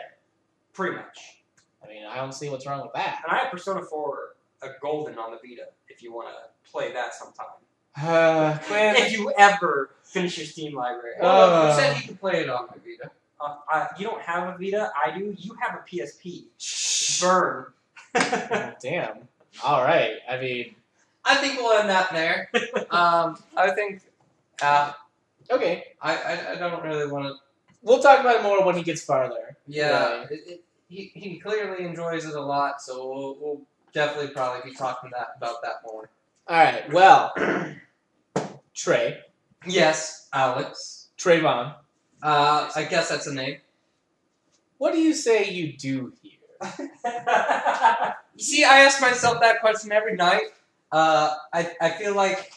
S2: Pretty much.
S1: I mean, I don't see what's wrong with that.
S2: And I have Persona 4 a golden on the Vita if you want to play that sometime.
S1: Uh,
S2: if you ever finish your Steam library.
S1: Uh,
S3: Well, you said you can play it on my Vita.
S2: Uh, I, you don't have a Vita. I do. You have a PSP. Burn.
S1: damn. All right. I mean,
S3: I think we'll end that there. um, I think uh,
S1: okay.
S3: I, I I don't really want to.
S1: We'll talk about it more when he gets farther.
S3: Yeah, it, it, he he clearly enjoys it a lot, so we'll, we'll definitely probably be talking that about that more.
S1: All right. Well, Trey,
S3: Yes, Alex.
S1: Trayvon,
S3: Uh, I guess that's a name.
S1: what do you say you do here?
S3: You see, I ask myself that question every night. Uh, I, I feel like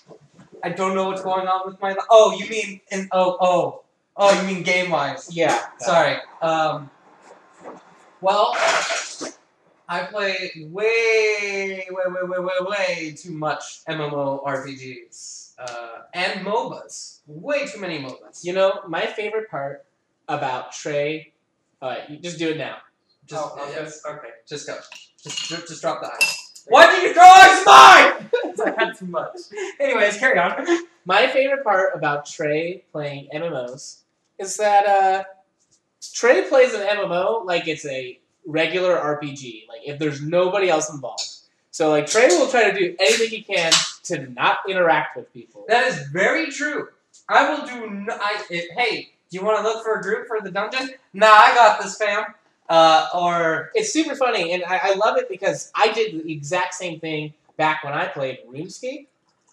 S3: I don't know what's going on with my life. Oh, you mean in oh oh oh you mean game wise?
S1: Yeah.
S3: Sorry. Um, well, I play way way way way way way too much MMORPGs uh, and MOBAs. Way too many MOBAs.
S1: You know, my favorite part about Trey. All right, you just do it now.
S3: Just
S2: oh, okay.
S3: yeah,
S2: okay.
S3: just go. Just dr- just drop the ice. Why did you throw ice mine?
S2: I had too much. Anyways, carry on.
S1: My favorite part about Trey playing MMOs is that uh, Trey plays an MMO like it's a regular RPG, like if there's nobody else involved. So like Trey will try to do anything he can to not interact with people.
S3: That is very true. I will do. No, I it, hey, do you want to look for a group for the dungeon? Nah, I got this, fam. Uh, or
S1: It's super funny, and I, I love it because I did the exact same thing back when I played RuneScape.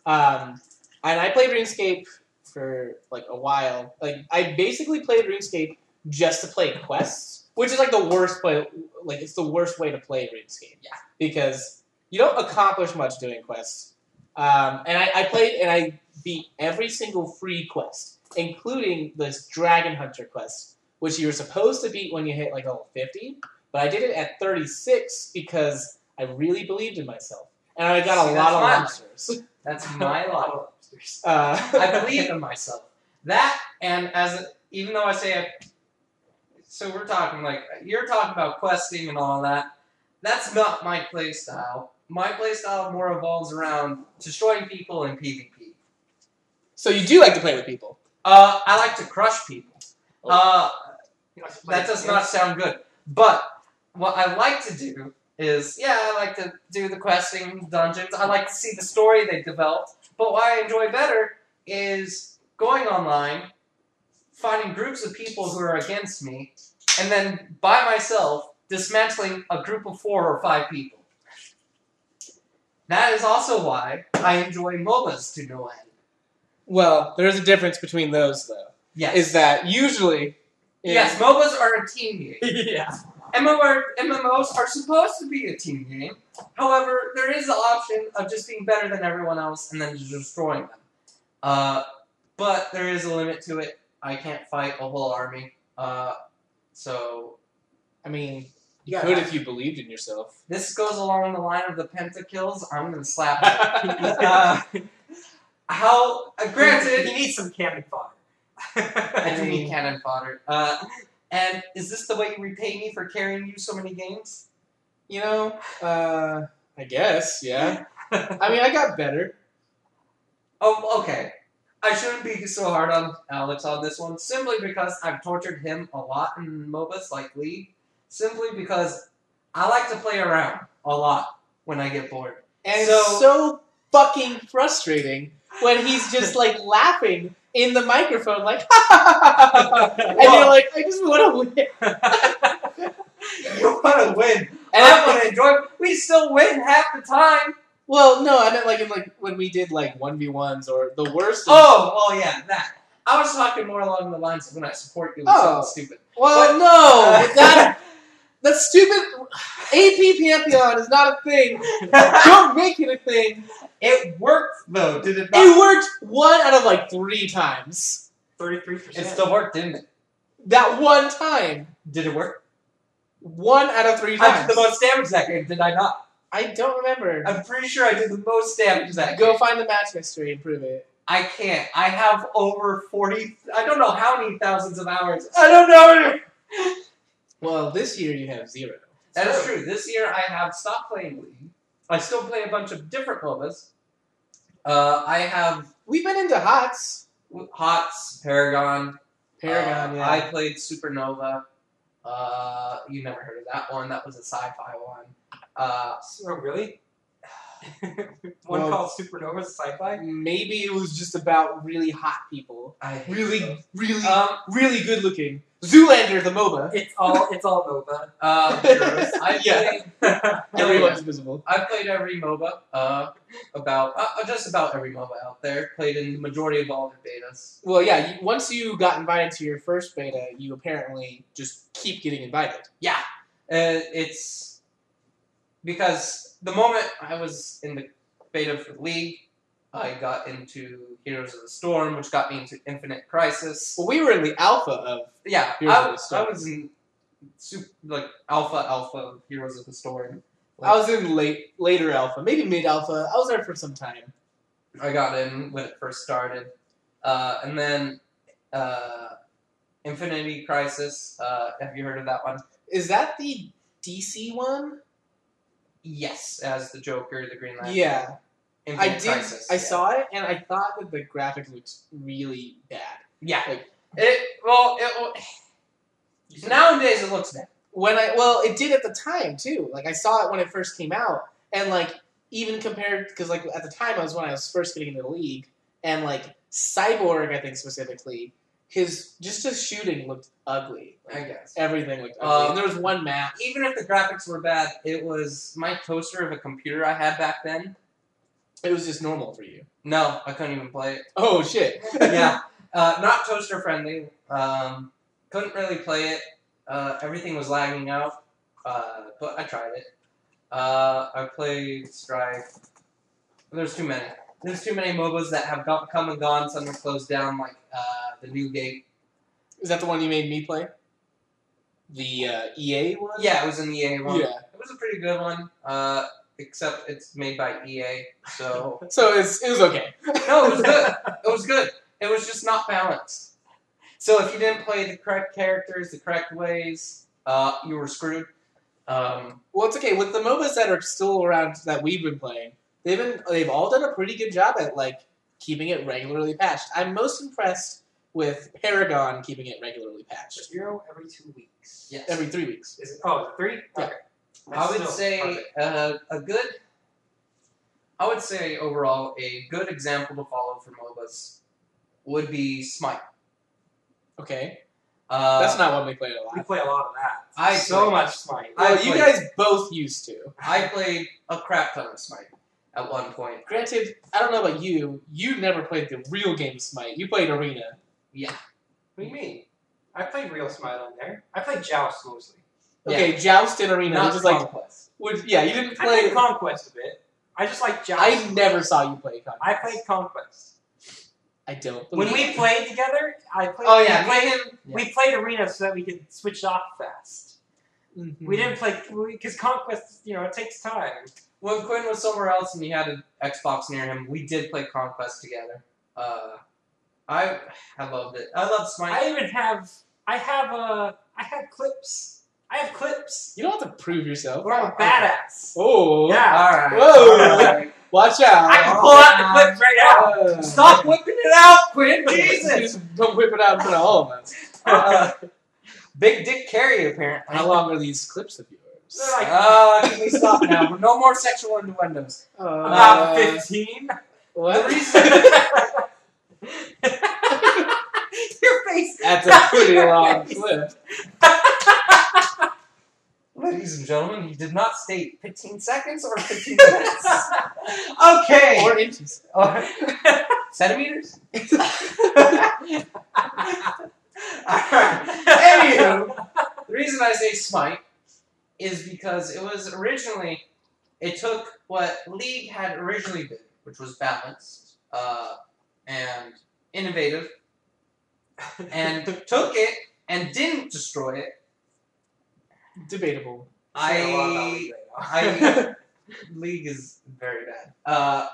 S1: Um, and I played RuneScape for like a while. Like I basically played RuneScape just to play quests, which is like the worst play. Like it's the worst way to play RuneScape.
S3: Yeah.
S1: Because you don't accomplish much doing quests. Um, and I, I played and I beat every single free quest, including this Dragon Hunter quest, which you were supposed to beat when you hit like level fifty. But I did it at thirty six because I really believed in myself, and I got
S3: See,
S1: a lot
S3: that's
S1: of
S3: mine.
S1: monsters.
S3: that's my life.
S1: Uh,
S3: I believe in myself. That and as a, even though I say I, so we're talking like you're talking about questing and all that. That's not my playstyle. My playstyle more evolves around destroying people in PvP.
S1: So you do like to play with people.
S3: Uh, I like to crush people. Uh, that does not sound good. But what I like to do is, yeah, I like to do the questing dungeons. I like to see the story they developed. But what I enjoy better is going online, finding groups of people who are against me, and then by myself dismantling a group of four or five people. That is also why I enjoy MOBAs to no end.
S1: Well, there is a difference between those, though.
S3: Yes.
S1: Is that usually?
S3: Yes, MOBAs are a team game.
S1: yeah.
S3: MMR, MMOs are supposed to be a team game. However, there is the option of just being better than everyone else and then just destroying them. Uh, but there is a limit to it. I can't fight a whole army. Uh, so
S1: I mean, you
S2: Yeah.
S1: could if you believed in yourself.
S3: this goes along the line of the pentakills. I'm gonna slap. it. uh, how? Uh, granted,
S2: he needs some cannon
S3: I do
S2: fodder.
S3: need cannon fodder. Uh, and is this the way you repay me for carrying you so many games?
S1: you know, uh, I guess. Yeah. I mean, I got better.
S3: Oh, okay. I shouldn't be so hard on Alex on this one, simply because I've tortured him a lot in MOBAs like League, simply because I like to play around a lot when I get bored.
S1: And
S3: So-
S1: it's so fucking frustrating when he's just like laughing in the microphone, like, and you're like, I just want to win.
S3: you want to win.
S1: And
S3: I
S1: then,
S3: want to enjoy. We still win half the time.
S1: well, no, I meant like in like when we did like one v ones or the worst. Of,
S3: Oh, oh yeah, that. I was talking more along the lines of when I support you with
S1: Oh.
S3: something stupid.
S1: well,
S3: but-
S1: no, that that stupid AP Pantheon is not a thing. Don't make it a thing.
S3: it worked though, did it not?
S1: It worked one out of like three times.
S2: Thirty-three percent.
S3: It still worked, didn't it?
S1: That one time,
S3: Did it work?
S1: one out of three
S3: I did
S1: times.
S3: the most damage that game, did I not?
S1: I don't remember.
S3: I'm pretty sure I did the most damage that
S1: Go
S3: game.
S1: find the match history and prove it.
S3: I can't. I have over 40, I don't know how many thousands of hours. I don't know.
S1: Well, this year you have zero.
S3: That is true. This year I have stopped playing League. I still play a bunch of different MOBAs. Uh, I have
S1: We've been into HOTS.
S3: HOTS, Paragon,
S1: Paragon,
S3: Uh,
S1: yeah.
S3: I played Supernova. Uh, you never heard of that one? That was a sci-fi one. Uh,
S2: Oh, really? One
S1: Well-
S2: called Supernova Sci-Fi.
S1: Maybe it was just about really hot people.
S3: I hate
S1: Really,
S3: those.
S1: really,
S3: Um,
S1: really good looking. Zoolander, the MOBA.
S2: It's all it's all Nova.
S3: uh, heroes. I
S1: Yeah.
S3: played.
S1: Everyone's visible.
S3: I played every MOBA. Uh, about uh, uh, just about every MOBA out there. Played in the majority of all the betas.
S1: Well, yeah, you, once you got invited to your first beta, you apparently just keep getting invited.
S3: Yeah, uh, it's because the moment I was in the beta for League, I got into Heroes of the Storm, which got me into Infinite Crisis.
S1: Well, we were in the alpha of.
S3: Yeah,
S1: Heroes of
S3: I,
S1: the
S3: was-
S1: Storm.
S3: I was in super, like alpha alpha Heroes of the Storm.
S1: I was in late, later alpha, maybe mid alpha. I was there for some time.
S3: I got in when it first started, uh, and then uh, Infinity Crisis. Uh, have you heard of that one?
S1: Is that the DC one?
S3: Yes, as the Joker, the Green Lantern.
S1: Yeah. I
S3: Infinite
S1: did.
S3: Crisis.
S1: I
S3: yeah.
S1: saw it, and I thought that the graphic looked really bad.
S3: Yeah.
S1: Like-
S3: it well, it well,
S2: You said-
S3: nowadays it looks bad.
S1: When I well, it did at the time too. Like I saw it when it first came out, and like even compared because like at the time I was when I was first getting into the league, and like Cyborg, I think specifically, his just his shooting looked ugly.
S3: I
S1: Like,
S3: guess.
S1: everything looked ugly.
S3: Uh,
S1: and there was one map.
S3: Even if the graphics were bad, it was my toaster of a computer I had back then.
S1: It was just normal for you.
S3: No, I couldn't even play it.
S1: Oh shit!
S3: yeah, uh, not toaster friendly. Um, couldn't really play it. Uh, everything was lagging out, uh, but I tried it. Uh, I played Strife. There's too many. There's too many MOBAs that have gone, come and gone. Some are closed down, like uh, the New Gate.
S1: Is that the one you made me play? The uh, EA one.
S3: Yeah, it was in the EA one.
S1: Yeah.
S3: It was a pretty good one, uh, except it's made by EA, so
S1: So it's, it was okay.
S3: No, it was good. It was good. It was just not balanced. So if you didn't play the correct characters the correct ways, uh, you were screwed. Um,
S1: Well, it's okay with the MOBAs that are still around that we've been playing. They've been they've all done a pretty good job at like keeping it regularly patched. I'm most impressed with Paragon keeping it regularly patched
S2: Zero every two weeks.
S3: yes.
S1: every three weeks.
S2: Is it? Oh, is it three?
S1: Yeah.
S2: Okay.
S3: I
S2: That's
S3: would
S2: still
S3: say
S2: perfect.
S3: uh, a good. I would say overall a good example to follow for MOBAs would be Smite.
S1: Okay,
S3: Uh,
S1: that's not one we played a
S2: we
S1: lot.
S2: play a lot of that.
S3: I
S2: so
S3: play-
S2: much Smite.
S3: I
S1: Well, you
S3: played-
S1: guys both used to.
S3: I played a crap ton of Smite at one point.
S1: Granted, I don't know about you. You never played the real game of Smite. You played Arena.
S3: Yeah.
S2: What do you mean? I played real Smite on there. I played Joust mostly.
S1: Okay, Joust and Arena.
S3: Not
S1: which is like,
S3: Conquest.
S1: which, yeah, you didn't
S2: I played
S1: play.
S2: Conquest a bit. I just like Joust.
S1: I never saw you play Conquest.
S2: I played Conquest.
S1: I don't.
S2: When
S1: believe
S2: we
S1: it.
S2: played together, I played.
S3: Oh yeah,
S2: we played,
S3: me and-
S2: we played Arena so that we could switch off fast.
S1: Mhm.
S3: Hmm.
S2: We didn't play because Conquest, you know, it takes time.
S3: When Quinn was somewhere else and he had an Xbox near him, we did play Conquest together. Uh, I I loved it. I loved Smite.
S2: I even have, I have uh, I have clips. I have clips.
S1: You don't have to prove yourself.
S2: Where I'm a badass.
S1: Oh,
S2: Yeah.
S3: all right.
S1: Whoa.
S3: All right.
S1: Watch
S3: Uh,
S1: out!
S2: I can pull out the clips right now.
S1: Uh,
S3: Stop whipping it out, Quinn. Jesus.
S1: Just don't whip it out in front of all of us.
S3: Uh, big Dick Carey apparently.
S1: How long are these clips of yours?
S2: They're like,
S3: Uh, can we stop now? No more sexual innuendos.
S1: Uh,
S2: I'm
S3: Uh,
S2: not 15.
S1: What?
S3: the reason-
S2: Your face.
S1: That's a pretty long clip.
S3: Ladies and gentlemen, he did not state 15 seconds or 15 minutes. okay.
S1: Four inches.
S3: Or- centimeters? Anywho, the reason I say smite is because it was originally, it took what League had originally been, which was balanced uh, and innovative, and took it and didn't destroy it.
S1: Debatable.
S2: Saying a lot about
S3: I,
S2: League right now.
S3: I, League is very bad. Uh,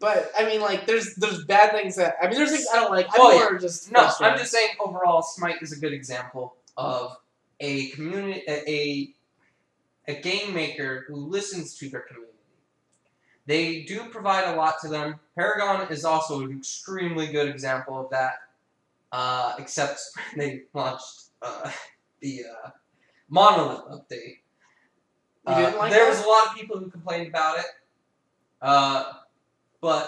S1: But I mean, like, there's there's bad things that I mean, there's things I don't like. I'm
S3: Oh, yeah.
S1: more just
S3: No,
S1: frustrated.
S3: I'm just saying overall, Smite is a good example of a community, a a game maker who listens to their community. They do provide a lot to them. Paragon is also an extremely good example of that, uh, except when they launched uh, the uh, Monolith update.
S1: You
S3: Uh,
S1: didn't like
S3: there
S1: that?
S3: was a lot of people who complained about it, uh, but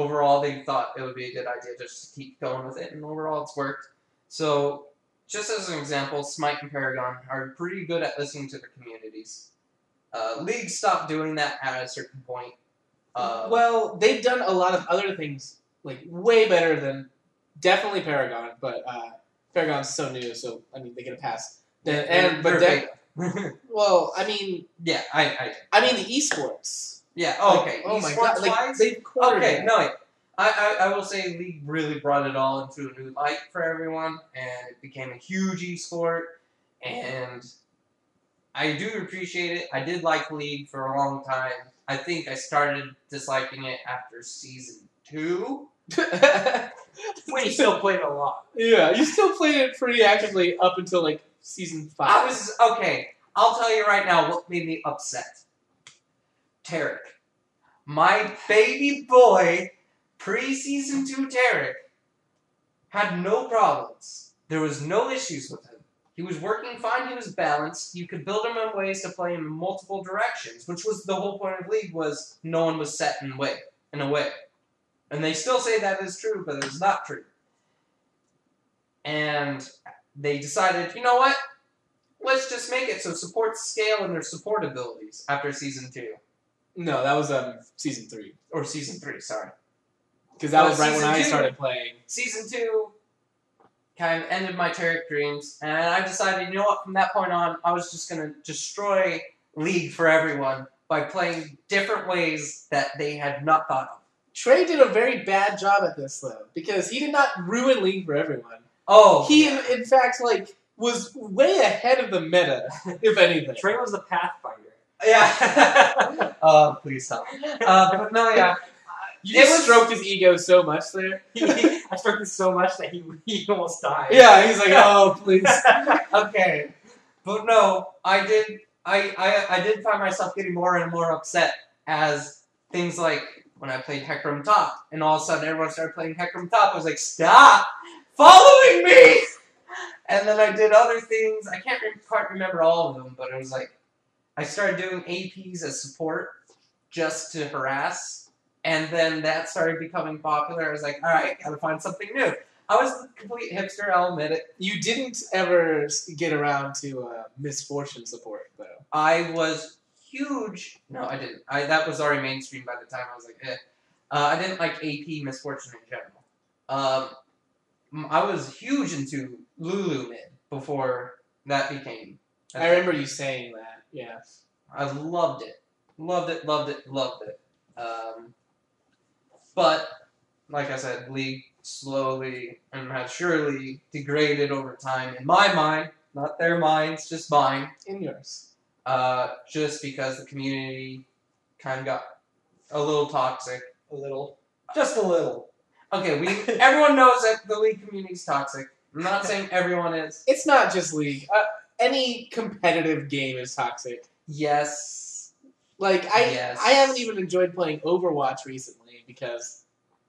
S3: overall they thought it would be a good idea just to keep going with it, and overall it's worked. So, just as an example, Smite and Paragon are pretty good at listening to their communities. Uh, League stopped doing that at a certain point. Uh,
S1: well, they've done a lot of other things like way better than definitely Paragon, but uh, Paragon's so new, so I mean, they get a pass.
S3: yeah,
S1: and- but
S3: they're- they're-
S1: Well, I mean,
S3: yeah, I, I,
S1: I mean the esports.
S3: yeah, oh, okay.
S1: Like, oh my
S3: Esports
S1: god, like
S3: wise,
S1: they've cornered
S3: Okay,
S1: it.
S3: no, I, I, I will say League really brought it all into a new light for everyone, and it became a huge esport, and I do appreciate it. I did like League for a long time. I think I started disliking it after season two.
S2: We still played a lot.
S1: yeah, you still played it pretty actively up until like season five.
S3: I was, okay, I'll tell you right now what made me upset. Tarek. My baby boy, preseason two Tarek, had no problems. There was no issues with him. He was working fine, he was balanced. You could build him in ways to play in multiple directions, which was the whole point of League was no one was set in way in a way. And they still say that is true, but it's not true. And they decided, you know what? Let's just make it so supports scale and their support abilities after season two.
S1: no, that was um season three
S3: Or season three, sorry.
S1: because that
S3: Well,
S1: was right when
S3: season
S1: I
S3: two-
S1: started playing.
S3: season two kind of ended my Tarek dreams, and I decided, you know what, from that point on, I was just gonna destroy League for everyone by playing different ways that they had not thought of.
S1: Trey did a very bad job at this though because he did not ruin League for everyone.
S3: Oh,
S1: He in, in fact like was way ahead of the meta, if anything.
S2: Trey was the Pathfinder.
S3: yeah. uh, please stop. Uh, but no, yeah,
S1: You
S3: It
S1: just
S3: was-
S1: stroked his ego so much there.
S2: I struck this so much that he, he almost died.
S1: Yeah, he's like, oh please.
S3: okay, but no, I did. I, I I did find myself getting more and more upset as things like when I played Hecarim Top, and all of a sudden everyone started playing Hecarim Top. I was like, stop following me. And then I did other things. I can't re- quite remember all of them, but it was like I started doing APs as support just to harass, and then that started becoming popular. I was like, all right, gotta find something new. I was a complete hipster. I'll admit it.
S1: You didn't ever s- get around to uh, misfortune support though.
S3: I was huge. No, I didn't. I that was already mainstream by the time I was like, eh. Uh, I didn't like AP misfortune in general. Um, m- I was huge into Lulu Mid before that became. a
S1: I
S3: thing.
S1: remember you saying that. Yeah.
S3: I loved it, loved it, loved it, loved it. Um, but like I said, League slowly and had surely degraded over time in my mind, not their minds, just mine
S1: In yours.
S3: uh, just because the community kind of got a little toxic.
S2: A little. Just a little.
S3: Okay, we everyone knows that the league community is toxic. I'm not saying everyone is.
S1: It's not just League. Uh, any competitive game is toxic.
S3: Yes,
S1: Like I,
S3: Yes.
S1: I haven't even enjoyed playing Overwatch recently because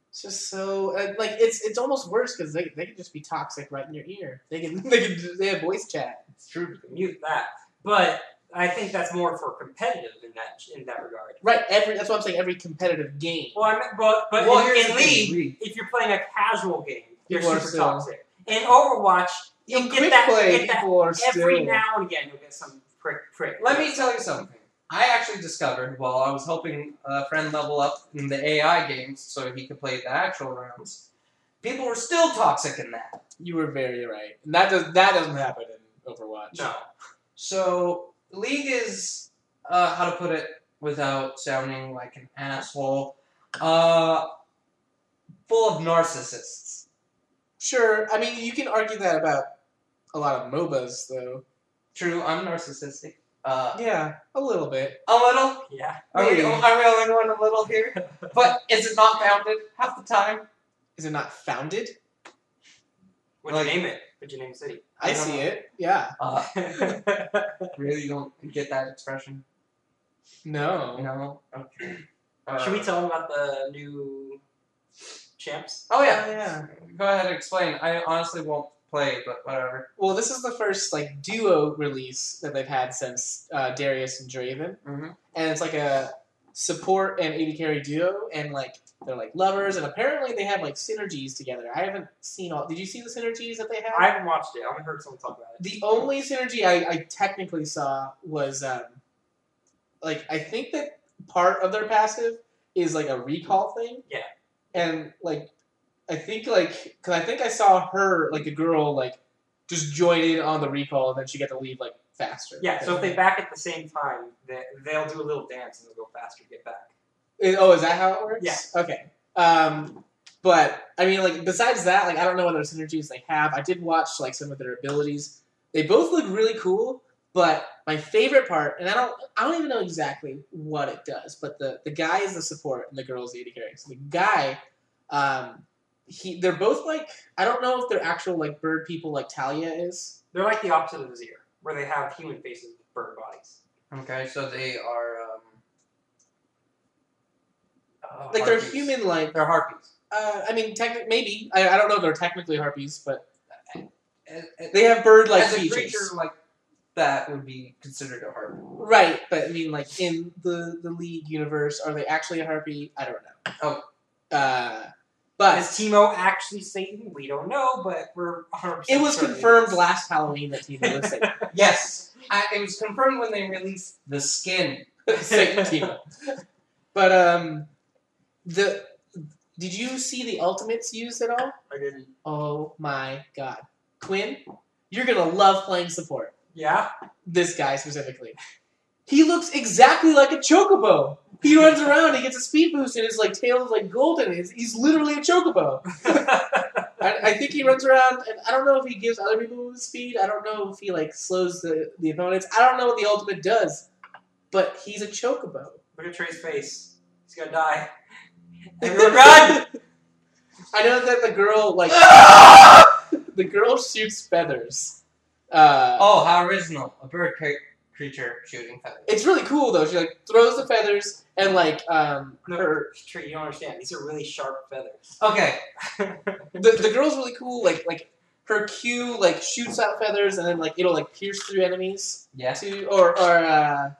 S1: it's just so uh, like it's it's almost worse because they, they can just be toxic right in your ear. They can they can they have voice chat.
S3: it's true.
S2: Mute that. But I think that's more for competitive in that in that regard.
S1: Right. Every that's what I'm saying. Every competitive game.
S2: Well, I meant, but but
S3: Well,
S2: in-
S3: here's
S2: in
S3: the thing,
S2: league, if you're playing a casual game, you're
S1: People are
S2: super
S1: still-
S2: toxic. In Overwatch, you'll
S1: In
S2: get
S1: quick
S2: that,
S1: play,
S2: get that
S1: people are
S2: every
S1: still.
S2: now and again. You'll get some prick prick.
S3: Let me tell you something. I actually discovered while I was helping a friend level up in the AI games so he could play the actual rounds, people were still toxic in that.
S1: You were very right. And that does that doesn't happen in Overwatch.
S2: no.
S3: So League is uh, how to put it without sounding like an asshole, uh, full of narcissists.
S1: Sure. I mean, you can argue that about a lot of MOBAs, though.
S3: True, I'm narcissistic. Uh,
S1: Yeah, a little bit.
S3: a little.
S2: Yeah.
S3: Are we,
S1: Maybe.
S3: are we only going a little here? But is it not founded half the time?
S1: Is it not founded?
S2: What'd
S3: Like-
S2: you name it? What'd you name the city?
S1: I,
S3: I don't
S1: see
S3: know.
S1: it. Yeah.
S3: Uh, really don't get that expression.
S1: No.
S3: No. Okay. Uh,
S2: Should we tell them about the new champs?
S3: Oh
S1: Oh,
S3: yeah.
S1: yeah.
S3: Go ahead and explain. I honestly won't play, but whatever.
S1: Well, this is the first like duo release that they've had since uh, Darius and Draven,
S3: Mhm.
S1: and it's like a support and AD carry duo, and like they're like lovers, and apparently they have like synergies together. I haven't seen all. Did you see the synergies that they have?
S2: I haven't watched it. I haven't heard someone talk about it.
S1: The only synergy I, I technically saw was um, like I think that part of their passive is like a recall thing.
S2: Yeah.
S1: And like I think like because I think I saw her like a girl like just join in on the recall and then she got to leave like faster.
S2: Yeah, so if they back at the same time, they, they'll do a little dance and they'll go faster to get back.
S1: It- oh, is that how it works?
S2: Yeah.
S1: Okay. Um, but I mean, like besides that, like I don't know what other synergies they have. I did watch like some of their abilities. They both look really cool, but my favorite part, and I don't, I don't even know exactly what it does, but the the guy is the support and the girl is the AD carry. So the guy, um, he, they're both like, I don't know if they're actual like bird people like Talia is.
S2: They're like the opposite of Azir, where they have human faces with bird bodies.
S3: Okay, so they are. Um,
S2: Oh.
S3: uh,
S1: Like they're
S3: harpies.
S1: human like.
S3: They're harpies.
S1: Uh, I mean, technically, maybe I, I don't know if they're technically harpies, but
S3: And- and-
S1: they have bird like
S3: as a
S1: features.
S3: creature like that would be considered a harpy.
S1: Right, but I mean, like in the the league universe, are they actually a harpy? I don't know. Uh, but
S2: Is Timo actually Satan? We don't know, but we're 100%
S1: it was
S2: certain
S1: confirmed
S2: is.
S1: last Halloween that Timo was Satan.
S3: Yes, I, it was confirmed when they released the skin.
S1: Satan Timo. But um, the did you see the ultimates used at all?
S2: I didn't.
S1: Oh my god, Quinn, you're gonna love playing support.
S2: Yeah?
S1: This guy specifically. He looks exactly like a chocobo. He runs around, he gets a speed boost, and his like tail is like golden. He's, he's literally a chocobo. I, I think he runs around, and I don't know if he gives other people the speed. I don't know if he like slows the, the opponents. I don't know what the ultimate does, but he's a chocobo.
S2: Look at Trey's face. He's gonna die. Everyone run!
S1: I know that the girl like
S3: Oh,
S1: the girl shoots feathers. Uh,
S3: oh, how original! A bird cre- creature shooting feathers.
S1: It's really cool though. She like throws the feathers and like um
S2: No,
S1: her
S2: Trey, you don't understand. These are really sharp feathers.
S3: Okay,
S1: the, the girl's really cool. Like like her Q like shoots out feathers and then like it'll like pierce through enemies.
S3: yes.
S1: to or or uh,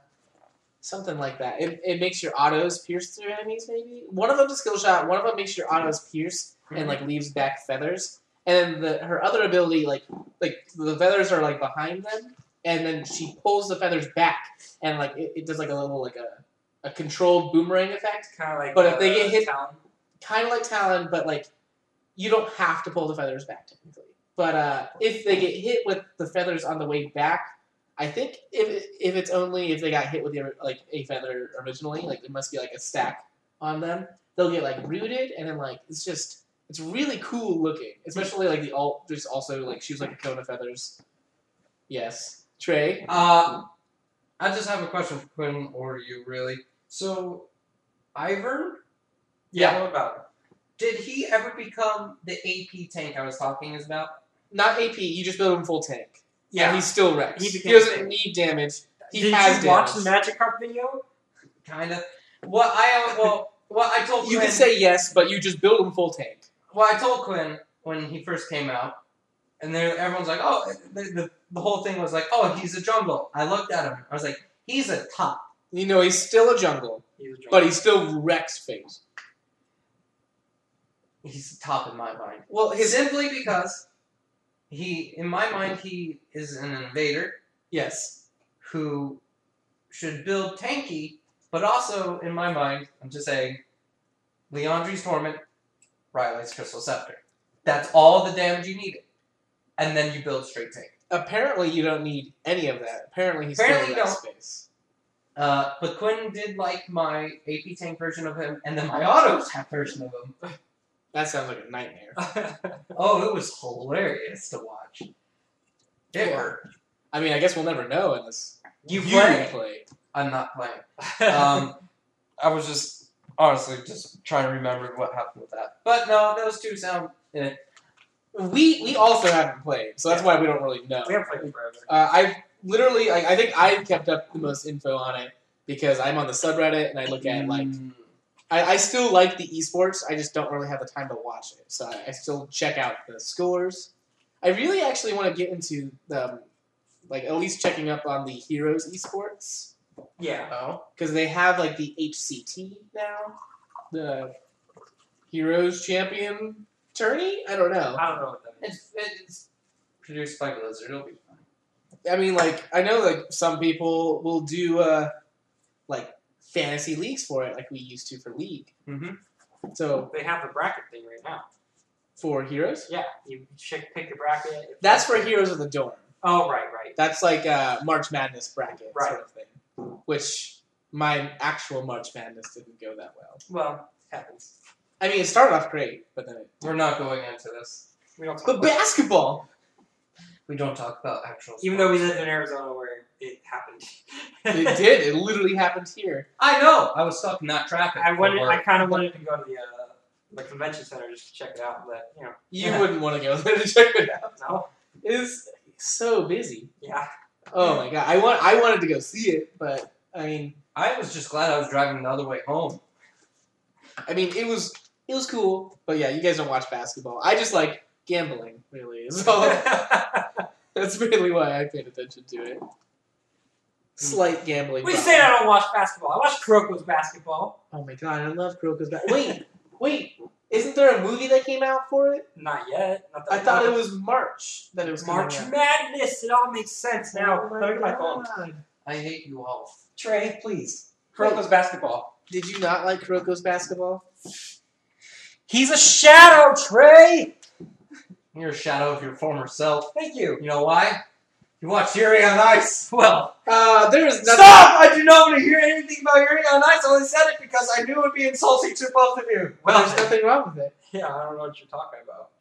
S1: something like that. It, it makes your autos pierce through enemies. Maybe one of them's a skill shot. One of them makes your autos pierce and like leaves back feathers. And then the, her other ability, like like the feathers are like behind them, and then she pulls the feathers back, and like it, it does like a little like a, a controlled boomerang effect,
S2: Kind of like.
S1: But if
S2: uh,
S1: they get hit-
S2: Talon.
S1: kind of like Talon, but like you don't have to pull the feathers back technically. But uh, if they get hit with the feathers on the way back, I think if if it's only if they got hit with the, ori- like a feather originally, like it must be like a stack on them, they'll get like rooted, and then like it's just it's really cool looking, especially like the alt. There's also like she was like a cone of feathers. Yes, Trey.
S3: Uh, I just have a question for Quinn or you, really. So, Ivern,
S2: Yeah, what about him?
S3: did he ever become the AP tank I was talking about?
S1: Not AP. You just build him full tank.
S2: Yeah.
S1: and he's still wrecked.
S2: He
S1: He,
S2: became
S1: doesn't
S2: tank.
S1: need damage. He
S2: Did
S1: has
S2: you watch
S1: damage.
S2: the Magic Carp video?
S3: Kind of. What I uh, well, what I told
S1: You
S3: Quinn,
S1: can say yes, but you just build them full tank.
S3: Well, I told Quinn when he first came out, and there everyone's like, "Oh, the, the the whole thing was like, oh, he's a jungle. I looked at him. I was like, he's a top.
S1: You know, he's still a jungle,
S2: He's a drunk.
S1: but he still wrecks things.
S3: He's a top in my mind.
S1: Well, his
S3: Simply because he, in my mind, he is an invader
S1: yes,
S3: who should build tanky, but also, in my mind, I'm just saying, Leandri's Torment, Riley's Crystal Scepter. That's all the damage you needed. And then you build straight tank.
S1: apparently you don't need any of that. Apparently he's
S3: Apparently
S1: still in
S3: you
S1: that space.
S3: Uh, but Quinn did like my AP tank version of him, and then my auto attack version of him.
S1: That sounds like a nightmare.
S3: Oh, it was hilarious to watch. It
S1: Yeah.
S3: hurt.
S1: I mean, I guess we'll never know unless
S3: You
S1: play.
S3: play. I'm not playing. Um, I was just honestly just trying to remember what happened with that. But no, those two sound. Eh.
S1: We we also haven't played, so that's why we don't really know.
S2: we haven't played in forever.
S1: Uh, I've literally, like, I think I've kept up the most info on it because I'm on the subreddit and I look at like
S3: Mm.
S1: I, I still like the esports. I just don't really have the time to watch it, so I, I still check out the scores. I really actually want to get into um, like at least checking up on the Heroes esports
S2: Yeah.
S3: Oh,
S1: because they have like the HCT now, the Heroes Champion Tourney. I don't know.
S2: I don't know what that means.
S3: it's it's produced by Blizzard. It'll be fine.
S1: I mean, like I know like some people will do uh, like fantasy leagues for it, like we used to for League.
S3: Mhm.
S1: So
S2: They have the bracket thing right now.
S1: for Heroes,
S2: Yeah, you check, pick your bracket. If
S1: that's for Heroes of the Dorm.
S2: Oh, right, right.
S1: That's like a March Madness bracket
S2: Right.
S1: sort of thing, which my actual March Madness didn't go that well.
S2: Well, happens.
S1: I mean, it started off great, but then it,
S3: We're not going into this.
S2: We don't.
S1: but basketball.
S3: We don't talk about actual.
S2: even though we lived in Arizona where it happened.
S1: it did. It literally happened here.
S3: I know I was stuck in that traffic.
S2: I
S3: for
S2: wanted.
S3: work.
S2: I kind of wanted to go to the uh, the convention center just to check it out, but you know,
S1: You
S3: Yeah.
S1: wouldn't want to go there to check it out.
S2: no.
S1: It's so busy.
S2: Yeah.
S1: Oh my god, I want I wanted to go see it, but I mean,
S3: I was just glad I was driving the other way home.
S1: I mean, it was it was cool, but yeah, you guys don't watch basketball. I just like gambling, really. Is all. Oh. That's really why I paid attention to it. Slight gambling.
S2: we
S1: problem.
S2: say I don't watch basketball. I watch Kuroko's basketball.
S1: Oh my god, I love Kuroko's back. Wait, wait, isn't there a movie that came out for it?
S2: Not yet. Not that
S1: I thought it was March that it was coming
S2: March
S1: out.
S2: Madness. It all makes sense now.
S1: Oh my
S2: Look at my phone.
S1: God.
S3: I hate you all.
S2: Trey, please. Kuroko's basketball.
S1: Did you not like Kuroko's basketball?
S2: He's a shadow, Trey.
S3: You're a shadow of your former self.
S2: Thank you.
S3: You know why? You watch Yuri on Ice. Well,
S1: Uh, there is nothing.
S3: stop! I do not want to hear anything about Yuri on Ice. I only said it because I knew it would be insulting to both of you.
S1: Well,
S3: Well,
S1: there's nothing wrong with it.
S2: Yeah, I don't know what you're talking about.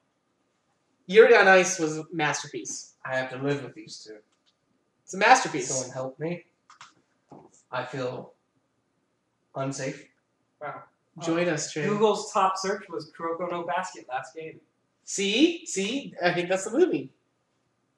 S1: Yuri on Ice was a masterpiece.
S3: I have to live with these two.
S1: It's a masterpiece.
S3: Someone help me. I feel unsafe.
S1: Join us, Trey.
S2: Google's top search was Kuroko no basket last game.
S1: See, see, I think that's the movie.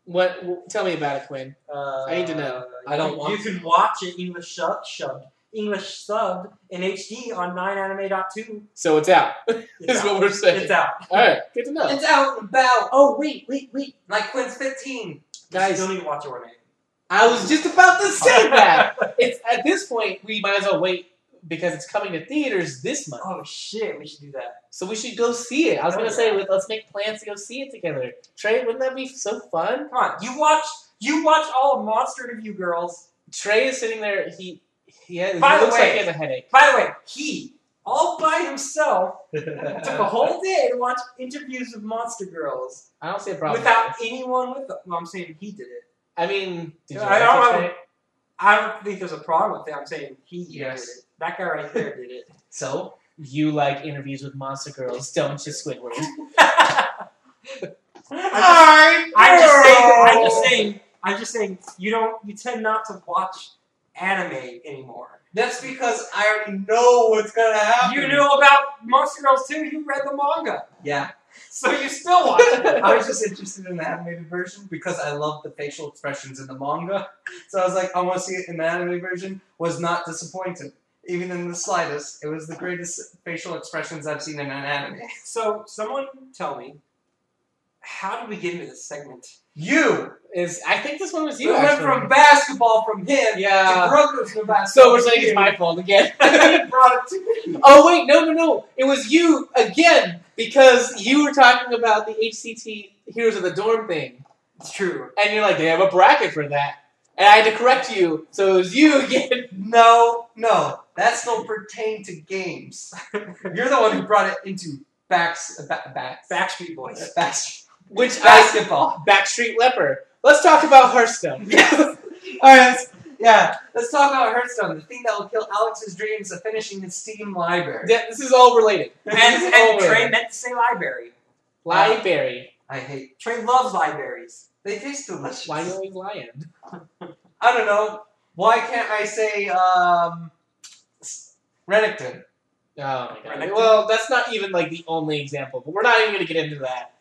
S1: What? w tell me about it, Quinn.
S2: Uh,
S1: I need to know.
S3: I don't
S2: you,
S3: want
S2: You can watch it English sub, shoved, English subbed in HD on 9anime.2.
S1: So it's out. is
S2: It's out.
S1: what we're saying.
S2: It's out.
S1: All right, good to know.
S3: It's out and about.
S1: oh wait, wait, wait,
S3: Like Quinn's 15.
S1: guys!
S2: you still need to watch your name.
S1: I was just about to say that. It's at this point we might as well wait because it's coming to theaters this month.
S2: oh shit, we should do that.
S1: So we should go see it. I was gonna say let- let's make plans to go see it together. Trey, wouldn't that be so fun?
S2: Come on, you watch. You watch all of Monster Interview Girls.
S1: Trey is sitting there. He he, has,
S2: By
S1: he
S2: the
S1: looks like
S2: way-
S1: he has a headache.
S2: By the way, he all by himself took a
S3: I
S2: whole day to watch interviews with Monster Girls
S1: I don't see a problem.
S2: without
S1: with it.
S2: anyone with them. Well, I'm saying he did it.
S1: I mean, did you
S2: I
S1: like
S2: don't
S1: it,
S2: have a-
S1: Trey?
S2: I don't think there's a problem with it. I'm saying he
S3: Yes.
S2: did it. That guy right there did it.
S3: So,
S1: You like interviews with monster girls, don't you, Squidward?
S2: I'm
S3: I
S2: just saying. I'm just
S3: know.
S2: saying. I'm just saying. You don't. You tend not to watch anime anymore.
S3: That's because I already know what's gonna happen.
S2: You knew about Monster Girls too. You read the manga,
S3: Yeah.
S2: so you still watch it.
S3: I was just interested in the animated version because I love the facial expressions in the manga. So I was like, I want to see it in the animated version. Was not disappointed, even in the slightest. It was the greatest facial expressions I've seen in an anime.
S2: So someone tell me, how did we get into this segment?
S3: You
S1: Is I think this one was
S3: We
S1: you.
S3: went
S1: actually.
S3: from basketball from him to
S1: yeah.
S3: Broncos from
S1: So
S3: basketball.
S1: we're saying it's my fault again.
S3: he brought it to me.
S1: oh wait, no, no, no. It was you again because you were talking about the HCT Heroes of the Dorm thing,
S2: It's true.
S1: and you're like, they have a bracket for that, and I had to correct you. So it was you again.
S3: No, no, that still pertain to games. You're the one who brought it into backs, ba- backs,
S2: Backstreet Boys.
S3: backs,
S1: Which I
S3: basketball.
S1: Backstreet Leper. Let's talk about Hearthstone.
S3: Yes. All right. let's- Yeah. Let's talk about Hearthstone, the thing that will kill Alex's dreams of finishing his Steam library.
S1: Yeah, this is all related.
S2: And,
S1: This is all
S2: and
S1: related.
S2: Trey meant to say library.
S1: Library.
S3: I hate.
S2: Trey loves libraries.
S3: They taste delicious.
S1: Why no he's lying?
S3: I don't know. Why can't I say um, s- Renekton?
S1: Oh my god.
S2: Renekton?
S1: Well, that's not even like the only example, but we're not even gonna get into that.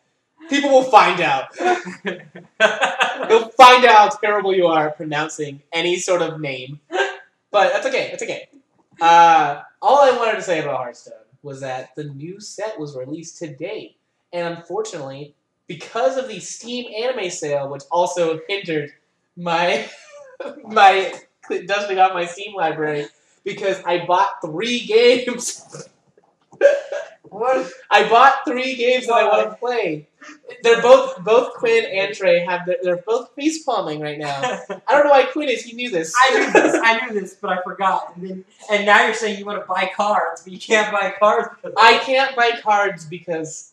S1: People will find out. They'll find out how terrible you are at pronouncing any sort of name. But that's okay, that's okay. Uh, all I wanted to say about Hearthstone was that the new set was released today. And unfortunately, because of the Steam anime sale, which also hindered my my dusting off my Steam library, because I bought three games.
S3: What?
S1: I bought three games that I want to play. They're both both Quinn and Trey have their, they're both face palming right now.
S2: I
S1: I don't know why Quinn is. He knew this.
S2: knew this. I knew this, but I forgot. And then, and now you're saying you want to buy cards, but you can't buy cards. because-
S1: I can't buy cards because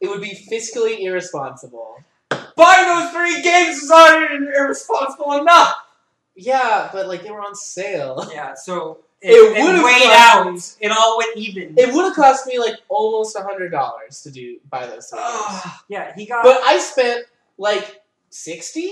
S1: it would be fiscally irresponsible.
S3: Buying those three games is already irresponsible enough.
S1: Yeah, but like they were on sale.
S2: Yeah. So
S1: It would've
S2: weighed out.
S1: cost-
S2: It all went even.
S1: It would have cost me like almost a hundred dollars to do buy those three
S2: Oh.
S1: games.
S3: Ugh.
S2: yeah. He got.
S1: But I spent like sixty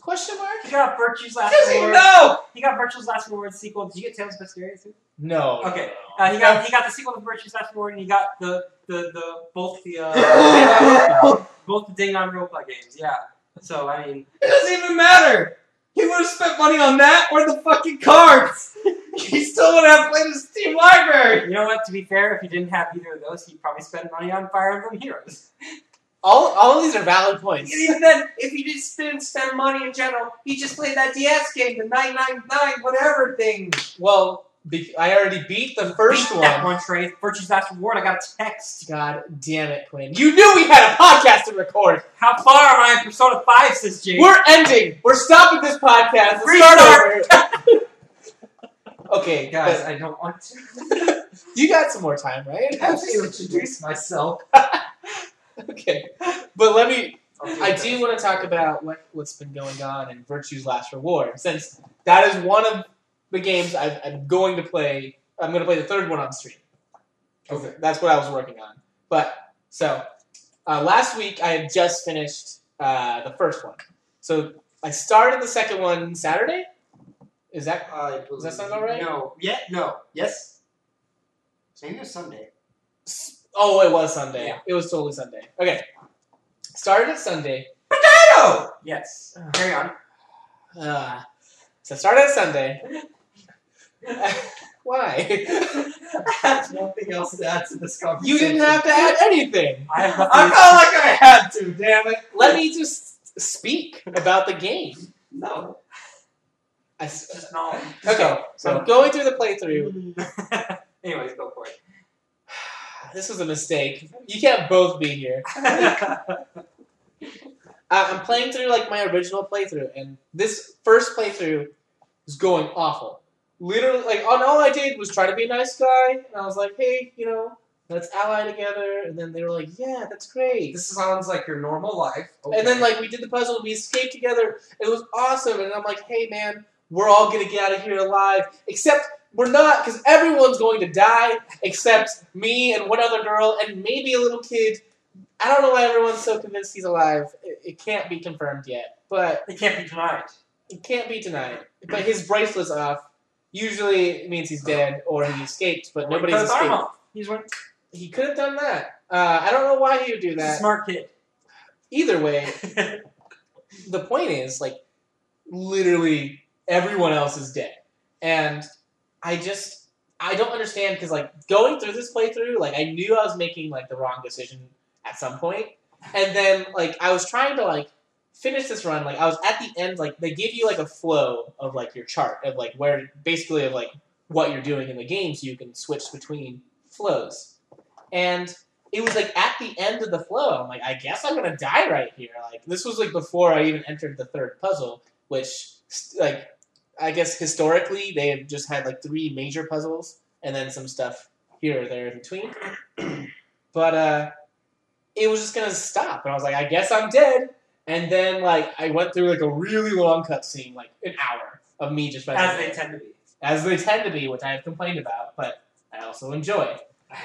S1: question mark.
S2: he got Virtue's last
S3: Because you
S2: reward.
S3: know.
S2: He got Virtue's last reward sequel. Did you get Tales of Mysteria too?
S1: No.
S2: Okay. Uh, he got he got the sequel to Virtue's Last Reward, and he got the the, the both the uh, both the Ding on Roleplay games. Yeah. So I mean,
S3: It doesn't even matter. He would have spent money on that or the fucking cards. he still would have played his Steam library.
S2: you know what? To be fair, if he didn't have either of those, he'd probably spend money on Fire Emblem Heroes.
S1: All all of these are valid points.
S3: Even then, if he just didn't spend money in general, he just played that DS game, the 999 whatever thing.
S1: Well, be- I already beat the first
S2: Beat
S1: one.
S2: that one trade, Virtue's Last Reward. I got a text.
S1: God damn it, Quinn. You knew we had a podcast to record.
S2: How far am I in Persona Five? Says James.
S1: We're ending. We're stopping this podcast. Let's
S2: Restart.
S1: start over. okay,
S3: Guys,
S1: guys.
S3: I don't want to.
S1: You got some more time, right?
S3: I have to introduce myself.
S1: okay. But let me
S2: Okay.
S1: I do want to talk about what, what's been going on in Virtue's Last Reward, since that is one of the games I've, I'm going to play. I'm going to play the third one on stream.
S3: Okay.
S1: That's what I was working on. But, so, uh, last week I had just finished uh, the first one. So, I started the second one Saturday? Is that.
S2: Uh,
S1: Does that sound alright?
S2: No. Yeah. No. Yes. Maybe it was Sunday.
S1: Oh, it was Sunday.
S2: Yeah.
S1: It was totally Sunday. Okay. Started it Sunday.
S3: Potato!
S2: Yes. Carry on.
S1: Uh, so, started it Sunday. Why?
S3: I have nothing else to add to this conversation.
S1: You didn't have to add anything.
S2: I have
S3: I
S2: nothing.
S3: felt like I had to, damn it.
S1: Let me just speak about the game.
S3: No.
S1: I s-
S2: Just no.
S1: okay, so I'm going through the playthrough.
S2: Anyways, go for
S1: This was a mistake. You can't both be here.
S2: it.
S1: Uh, I'm playing through like my original playthrough, and this first playthrough is going awful. Literally, like on all I did was try to be a nice guy, and I was like, hey, you know, let's ally together. And then they were like, yeah, that's great.
S3: This sounds like your normal life.
S1: And then like we did the puzzle, we escaped together. It was awesome. And I'm like, hey man, we're all gonna get out of here alive. Except we're not, because everyone's going to die except me and one other girl and maybe a little kid. I don't know why everyone's so convinced he's alive. It, it can't be confirmed yet, but
S2: It can't be denied.
S1: it can't be denied. But his bracelet's off. Usually it means he's dead or he escaped, but nobody's
S2: Cut his arm
S1: escaped.
S2: off. He's one. He's
S1: He could have done that. Uh, I don't know why he would do
S2: a
S1: that.
S2: smart kid.
S1: Either way, the point is like literally everyone else is dead and i just i don't understand because like going through this playthrough like i knew i was making like the wrong decision at some point and then like i was trying to like finished this run, like I was at the end, like they give you like a flow of like your chart of like where basically of like what you're doing in the game, so you can switch between flows. And it was like at the end of the flow, I'm like, I guess I'm gonna die right here. Like this was like before I even entered the third puzzle, which st- like I guess historically they have just had like three major puzzles and then some stuff here or there in between. but uh it was just gonna stop and I was like, I guess I'm dead. And then like I went through like a really long cutscene, like an hour of me just by
S2: as they tend to be.
S1: as they tend to be, which I have complained about, but I also enjoy.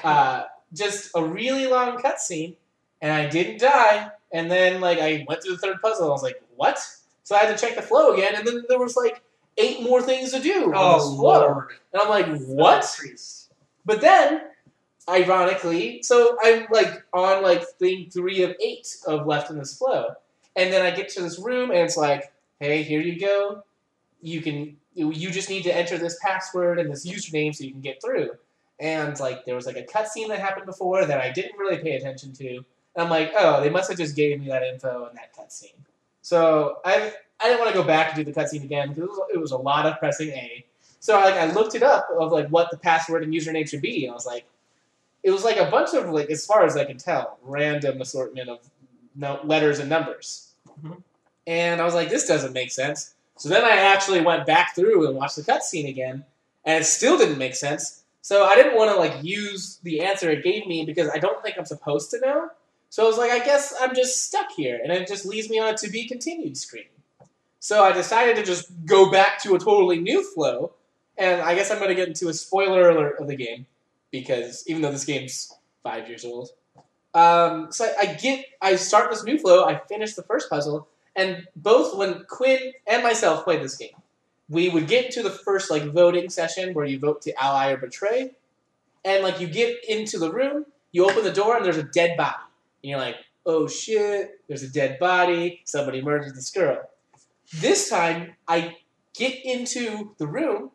S1: Uh, just a really long cutscene, and I didn't die. And then like I went through the third puzzle, and I was like, "What?" So I had to check the flow again, and then there was like eight more things to do
S3: Oh,
S1: on this flow, and I'm like, "What?"
S2: Priest.
S1: But then, ironically, so I'm like on like thing three of eight of left in this flow, and then I get to this room and it's like, hey, here you go. You can you just need to enter this password and this username so you can get through. And like there was like a cutscene that happened before that I didn't really pay attention to. And I'm like, oh, they must have just gave me that info in that cutscene. So I I didn't want to go back and do the cutscene again because it was, it was a lot of pressing A. So like I looked it up of like what the password and username should be, and I was like, it was like a bunch of like as far as I can tell, random assortment of no, letters and numbers.
S2: Mhm.
S1: And I was like, this doesn't make sense. So then I actually went back through and watched the cutscene again, and it still didn't make sense. So I didn't want to like use the answer it gave me because I don't think I'm supposed to know. So I was like, I guess I'm just stuck here, and it just leaves me on a to be continued screen. So I decided to just go back to a totally new flow, and I guess I'm going to get into a spoiler alert of the game because even though this game's five years old, um, so I, I get, I start this new flow. I finish the first puzzle, and both when Quinn and myself played this game, we would get into the first like voting session where you vote to ally or betray, and like you get into the room, you open the door, and there's a dead body, and you're like, oh shit, there's a dead body. Somebody murdered this girl. This time, I get into the room,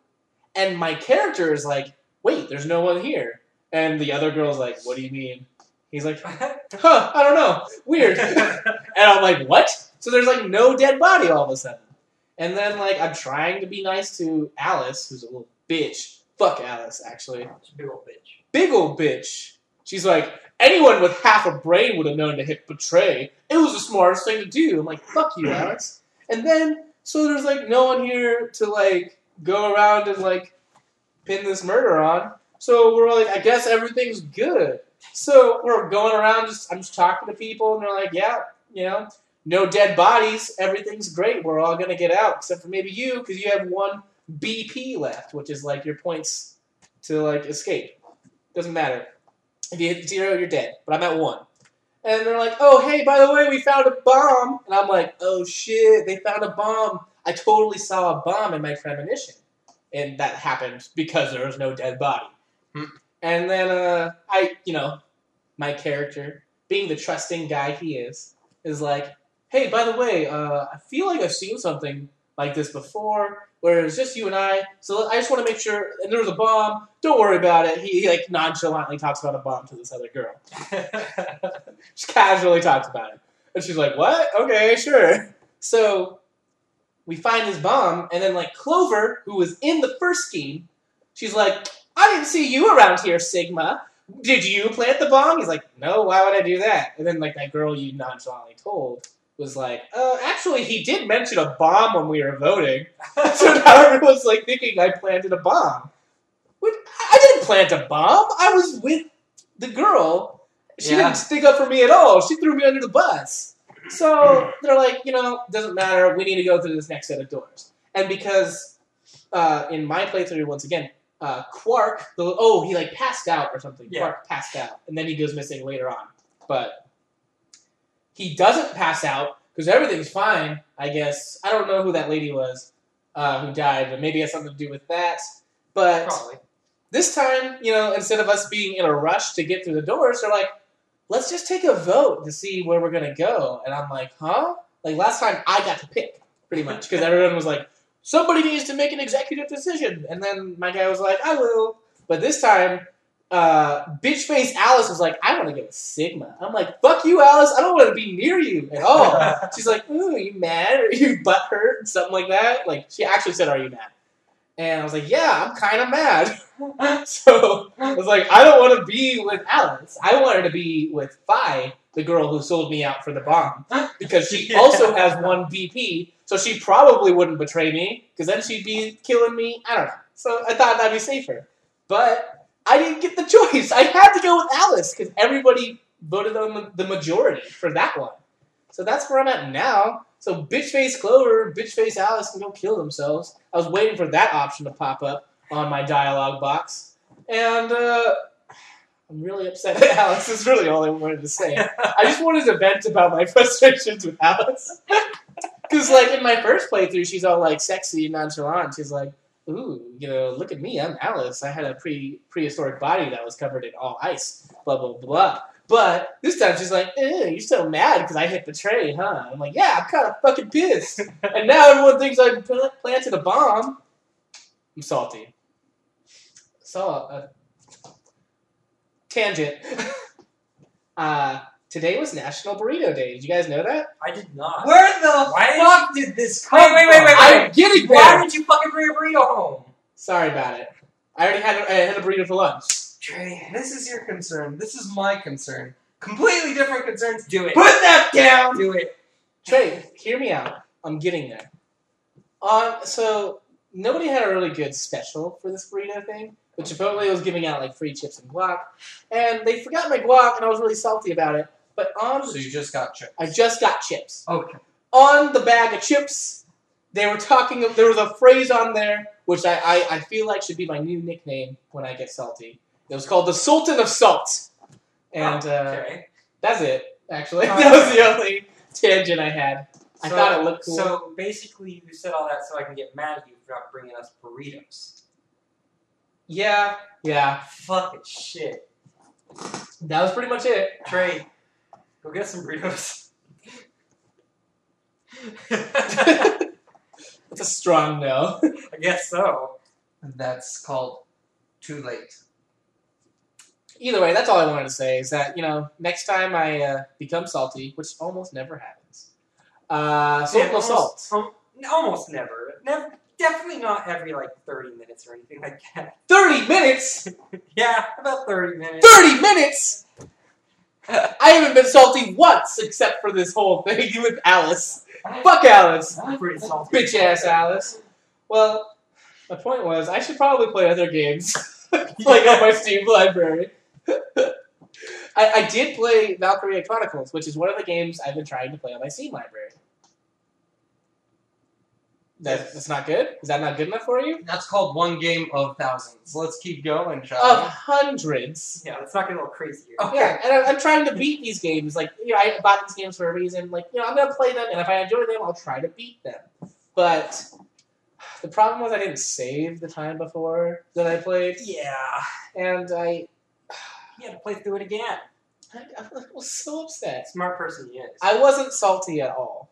S1: and my character is like, wait, there's no one here, and the other girl's like, what do you mean? He's like, huh, I don't know. Weird. and I'm like, what? So there's like no dead body all of a sudden. And then like I'm trying to be nice to Alice, who's a little bitch. Fuck Alice, actually.
S2: Big old bitch.
S1: Big ol' bitch. She's like, anyone with half a brain would have known to hit betray. It was the smartest thing to do. I'm like, fuck you, Alex. And then so there's like no one here to like go around and like pin this murder on. So we're like, I guess everything's good. So we're going around, just I'm just talking to people, and they're like, yeah, you know, no dead bodies, everything's great. We're all gonna get out, except for maybe you, because you have one BP left, which is like your points to like escape. Doesn't matter. If you hit zero, you're dead. But I'm at one. And they're like, oh hey, by the way, we found a bomb. And I'm like, oh shit, they found a bomb. I totally saw a bomb in my premonition. And that happened because there was no dead body.
S2: Hmm.
S1: And then uh, I, you know, my character, being the trusting guy he is, is like, hey, by the way, uh, I feel like I've seen something like this before, where it was just you and I. So I just want to make sure. And there was a bomb. Don't worry about it. He, he like nonchalantly talks about a bomb to this other girl. She casually talks about it. And she's like, what? Okay, sure. So we find his bomb, and then, like, Clover, who was in the first game, she's like, I didn't see you around here, Sigma. Did you plant the bomb? He's like, no, why would I do that? And then, like, that girl you nonchalantly told was like, uh, actually, he did mention a bomb when we were voting. so now everyone's, like, thinking I planted a bomb. Which, I I didn't plant a bomb. I was with the girl she
S2: Yeah.
S1: didn't stick up for me at all. She threw me under the bus. So they're like, you know, doesn't matter. We need to go through this next set of doors. And because uh, in my playthrough, once again, uh, Quark, the, oh, he like passed out or something.
S2: Yeah.
S1: Quark passed out, and then he goes missing later on. But he doesn't pass out because everything's fine. I guess I don't know who that lady was uh, who died, but maybe it has something to do with that. But
S2: Probably.
S1: this time, you know, instead of us being in a rush to get through the doors, they're like, let's just take a vote to see where we're going to go. And I'm like, huh? Like last time I got to pick, pretty much, because everyone was like, somebody needs to make an executive decision. And then my guy was like, I will. But this time, uh, bitch face Alice was like, I want to get a Sigma. I'm like, fuck you, Alice. I don't want to be near you at all. She's like, ooh, you mad? Are you butt hurt? Something like that. Like, she actually said, are you mad? And I was like, yeah, I'm kind of mad. so I was like, I don't want to be with Alice. I wanted to be with Phi, the girl who sold me out for the bomb, because she
S2: Yeah.
S1: also has one BP. So she probably wouldn't betray me, because then she'd be killing me. I don't know. So I thought that'd be safer. But I didn't get the choice. I had to go with Alice because everybody voted on the, the majority for that one. So that's where I'm at now. So bitch face Clover, bitch face Alice can go kill themselves. I was waiting for that option to pop up on my dialogue box, and uh, I'm really upset at Alice. Is really all I wanted to say. I just wanted to vent about my frustrations with Alice. Because, like, in my first playthrough, she's all, like, sexy and nonchalant. She's like, ooh, you know, look at me, I'm Alice. I had a pre prehistoric body that was covered in all ice, blah, blah, blah. But this time she's like, ew, you're so mad because I hit the tray, huh? I'm like, yeah, I'm kind of fucking pissed. and now everyone thinks I pl- planted a bomb. I'm salty. So, uh, tangent. uh, today was National Burrito Day. Did you guys know that?
S2: I did not.
S3: Where the
S2: Why did
S3: fuck did this come
S2: Wait, wait, wait, wait,
S3: from?
S2: wait.
S1: I'm getting
S2: Why
S1: there.
S2: did you fucking bring a burrito home?
S1: Sorry about it. I already had a, I had a burrito for lunch.
S3: Trey, this is your concern. This is my concern. Completely different concerns.
S2: Do it.
S3: Put that down!
S2: Do it.
S1: Trey, hear me out. I'm getting there. Um, so nobody had a really good special for this burrito thing, but Chipotle was giving out like free chips and guac, and they forgot my guac, and I was really salty about it. But on,
S3: So you just got checked.
S1: I just got chips.
S3: Okay.
S1: On the bag of chips, they were talking. There was a phrase on there which I, I, I feel like should be my new nickname when I get salty. It was called the Sultan of Salt, and uh,
S2: okay.
S1: that's it. Actually,
S2: Oh.
S1: that was the only tangent I had. I
S2: So-
S1: thought it looked cool.
S2: So basically, you said all that so I can get mad at you for not bringing us burritos.
S1: Yeah, yeah.
S2: Fucking shit.
S1: That was pretty much it.
S2: Trey, go get some burritos. I
S1: It's a strong no.
S2: guess so.
S3: That's called too late.
S1: Either way, that's all I wanted to say is that, you know, next time I uh, become salty, which almost never happens, uh, salt
S2: Yeah,
S1: no
S2: almost-
S1: salt.
S2: um, almost never. Never. Definitely not every like 30 minutes or anything like that.
S1: 30 minutes?
S2: Yeah, about 30 minutes.
S1: 30 minutes? I haven't been salty once except for this whole thing with Alice. Fuck Alice.
S2: I'm pretty salty.
S1: Bitch ass Alice. Well, my point was, I should probably play other games. like on my Steam library. I, I did play Valkyria Chronicles, which is one of the games I've been trying to play on my Steam library. That, that's not good? Is that not good enough for you?
S3: That's called one game of thousands. Oh. Let's keep going,
S1: Of
S3: shall
S1: hundreds.
S2: Yeah, let's not get a little crazy here.
S3: Oh. Okay.
S1: Yeah, and I'm, I'm trying to beat these games. Like, you know, I bought these games for a reason. Like, you know, I'm gonna play them, and if I enjoy them, I'll try to beat them. But the problem was I didn't save the time before that I played,
S2: Yeah.
S1: and I,
S2: You gotta play through it again.
S1: I, I was so upset.
S2: Smart person he is.
S1: I wasn't salty at all.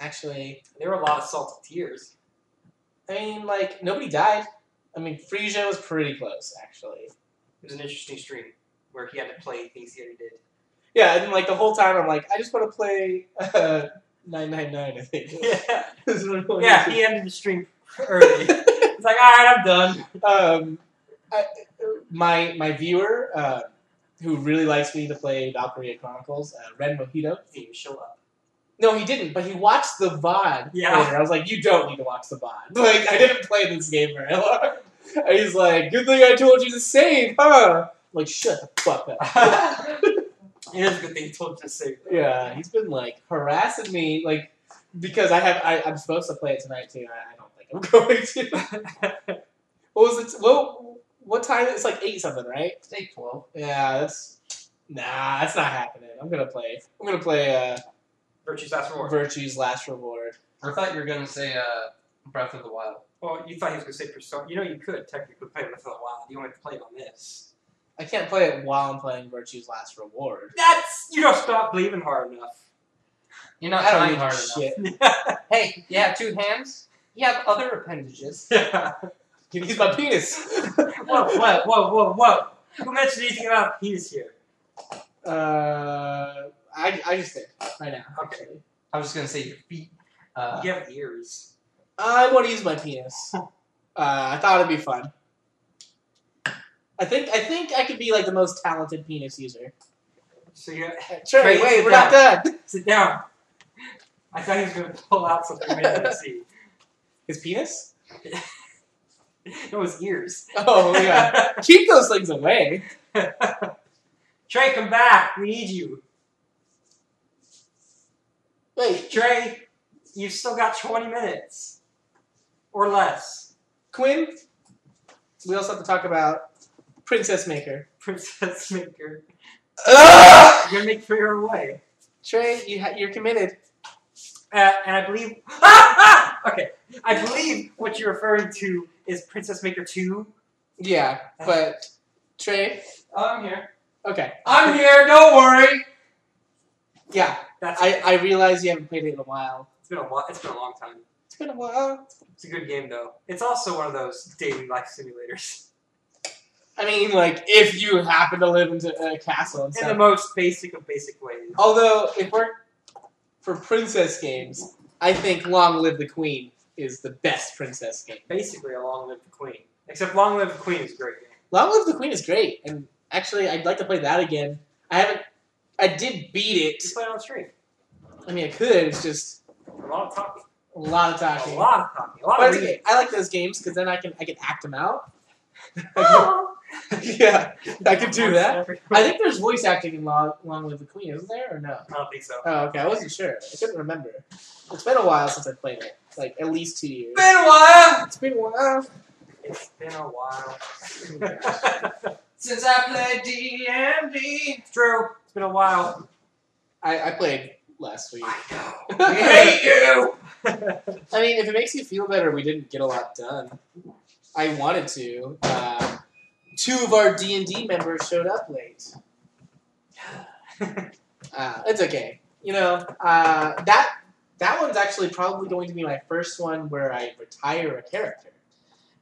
S1: Actually,
S2: there were a lot of salty tears.
S1: I mean, like nobody died. I mean, Frisia was pretty close, actually.
S2: It was an interesting stream where he had to play things he already did.
S1: Yeah, and like the whole time, I'm like, I just want to play uh, nine nine nine. I think.
S2: Yeah,
S1: This is really
S2: yeah. Oh, He ended the stream early. It's like, all right, I'm done.
S1: um, I, my my viewer, uh, who really likes me to play Valkyria Chronicles, uh, Ren Mojito.
S2: Didn't even show up.
S1: No, he didn't, but he watched the VOD.
S2: Yeah.
S1: later. I was like, you don't need to watch the VOD. Like, I didn't play this game very long. And he's like, good thing I told you to save, huh? I'm like, shut the fuck up.
S2: It is a good thing he told him to save. it.
S1: Yeah, he's been like harassing me, like because I have I, I'm supposed to play it tonight too. I, I don't think I'm going to. what was it? What what time? It's like eight something, right?
S3: we? Take 12.
S1: Yeah, that's nah, that's not happening. I'm gonna play. I'm gonna play
S2: Virtue's last
S1: uh,
S2: reward.
S1: Virtue's Last Reward.
S3: I thought you were going to say uh, Breath of the Wild.
S2: Oh, you thought he was gonna say Persona? You know, you could technically play Breath of the Wild. You only have to play it on this.
S1: I can't play it while I'm playing Virtue's Last Reward.
S2: That's you don't stop believing hard enough.
S3: You're
S1: I
S3: not
S1: don't
S3: trying
S1: need
S3: hard enough.
S1: shit.
S3: Hey, you have two hands? You have other appendages.
S2: yeah.
S1: Can use my penis.
S2: Whoa, whoa, whoa, whoa, whoa! Who mentioned anything about penis here?
S1: Uh, I, I just did right now.
S2: Okay.
S1: actually.
S3: I was gonna say your feet. Uh,
S2: you have ears.
S1: I want to use my penis. Uh, I thought it'd be fun. I think I think I could be like the most talented penis user.
S2: So you
S1: Trey,
S2: Trey,
S1: wait,
S2: sit
S1: we're not done.
S2: sit down. I thought he was gonna pull out something we didn't see.
S1: His penis?
S2: No, his ears.
S1: Oh yeah. Keep those things away.
S2: Trey, come back. We need you.
S1: Wait,
S2: Trey, you've still got 20 minutes or less.
S1: Quinn. We also have to talk about Princess Maker.
S2: Princess Maker,
S1: Ugh!
S2: you're gonna make for your own way.
S1: Trey, you ha- you're committed.
S2: Uh, and I believe. Ah, ah! Okay, I believe what you're referring to is Princess Maker 2.
S1: Yeah, but Trey.
S3: I'm here.
S1: Okay.
S3: I'm here. Don't worry.
S1: Yeah,
S2: That's
S1: I I realize you haven't played it in a while.
S2: it's been a while, it's been a long time.
S1: It's been a while.
S2: It's a good game though. It's also one of those daily life simulators.
S1: I mean, like if you happen to live in a castle and
S2: In the
S1: stuff.
S2: most basic of basic ways.
S1: Although, if we're for princess games, I think Long Live the Queen is the best princess game.
S2: Basically, a Long Live the Queen. Except Long Live the Queen is a great game.
S1: Long Live the Queen is great, and actually, I'd like to play that again. I haven't. I did beat it.
S2: Just play it on stream.
S1: I mean, I could. It's just
S2: A lot of talking.
S1: a lot of
S2: A
S1: talking.
S2: lot of talking. A lot
S1: But
S2: of
S1: it's
S2: reading.
S1: okay. I like those games because then I can I can act them out.
S2: Oh.
S1: yeah, I could do that. I
S2: I
S1: think there's voice acting in Long, Long Live the Queen, isn't there, or no?
S2: don't think so.
S1: Oh, okay. I wasn't sure. I couldn't remember. It's been a while since I played it. Like at least two years.
S3: Been a while
S1: It's been a while.
S2: It's been a while.
S3: since I played DMD.
S2: it's true. It's been a while.
S1: I, I played last week.
S2: I know.
S3: We hate you.
S1: I mean, if it makes you feel better, we didn't get a lot done. I wanted to. Uh, two of our D and D members showed up late. Uh, it's okay. You know uh, that that one's actually probably going to be my first one where I retire a character.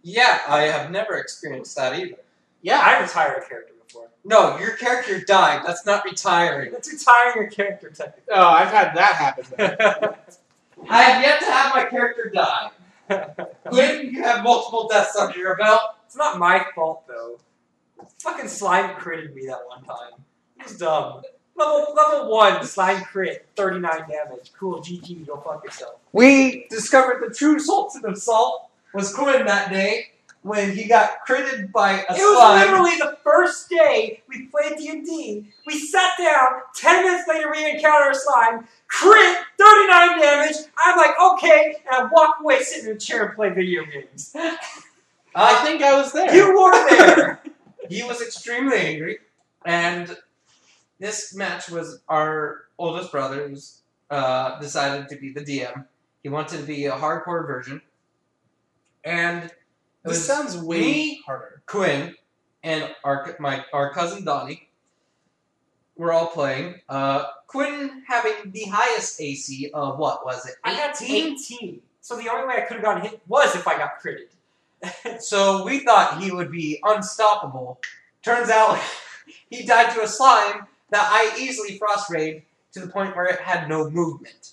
S3: Yeah, I have never experienced that either.
S1: Yeah,
S2: I retired a character before.
S3: No, your character died. That's not retiring.
S2: That's retiring a character technically.
S1: oh, I've had that happen. though.
S3: I have yet to have my character die. Quinn, you have multiple deaths under your belt.
S2: it's not my fault though. Fucking slime critted me that one time. It was dumb. Level level one slime crit, thirty nine damage. Cool, GG, go fuck yourself.
S3: We discovered the true Sultan of Salt was Quinn that day when he got critted by a
S2: it was
S3: slime.
S2: literally the first day we played D and D. We sat down. Ten minutes later, we encounter a slime. Crit, thirty nine damage. I'm like, okay, and I walk away, sit in a chair, and play video games.
S1: I
S3: Uh,
S1: think I was there.
S2: You were there.
S3: he was extremely angry, and this match was our oldest brother who's uh, decided to be the DM. He wanted to be a hardcore version, and it
S1: this
S3: was
S1: sounds way
S3: me-
S1: harder.
S3: Quinn and our c- my our cousin Donnie were all playing. Uh, Quinn having the highest AC of what was it?
S2: I got to eighteen, so the only way I could have gotten hit was if I got critted.
S3: So we thought he would be unstoppable. Turns out he died to a slime that I easily frost rayed to the point where it had no movement.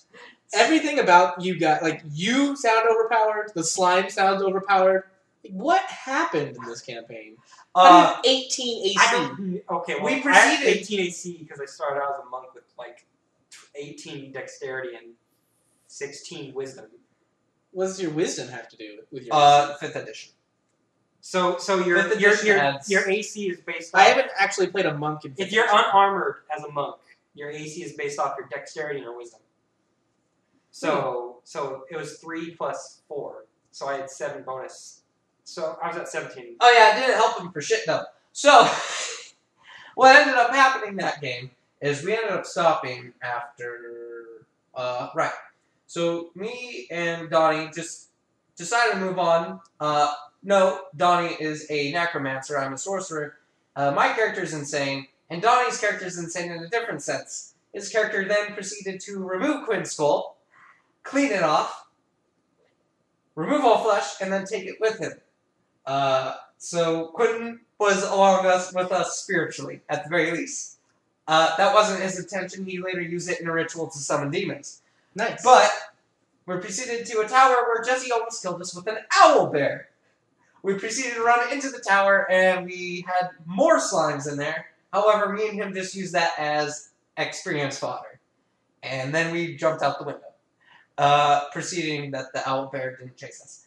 S1: Everything about you guys, like you sound overpowered. The slime sounds overpowered. What happened in this campaign?
S3: Uh,
S1: 18 AC.
S2: I don't. Okay, well,
S3: We
S2: I have
S3: proceeded-
S2: 18 AC because I started out as a monk with like tw- 18 dexterity and 16 wisdom.
S1: what does your wisdom have to do with your?
S3: uh, fifth edition.
S2: So, so your
S3: Fifth
S2: your
S3: edition
S2: your,
S3: adds-
S2: your AC is based. Off,
S1: I haven't actually played a monk in.
S2: If you're
S1: fiction.
S2: unarmored as a monk, your AC is based off your dexterity and your wisdom. So, so it was three plus four. So I had seven bonus. So I was at 17.
S3: Oh yeah, it didn't help him for shit though. So what ended up happening that game is we ended up stopping after uh, right. So me and Donnie just decided to move on. Uh, no, Donnie is a necromancer. I'm a sorcerer. Uh, my character's insane, and Donnie's character's insane in a different sense. His character then proceeded to remove Quinn's skull, clean it off, remove all flesh, and then take it with him. Uh, so Quentin was along us with us spiritually, at the very least. Uh, that wasn't his intention. He later used it in a ritual to summon demons.
S1: Nice.
S3: But we proceeded to a tower where Jesse almost killed us with an owl bear. We proceeded to run into the tower and we had more slimes in there. However, me and him just used that as experience fodder. And then we jumped out the window, uh, proceeding that the owl bear didn't chase us.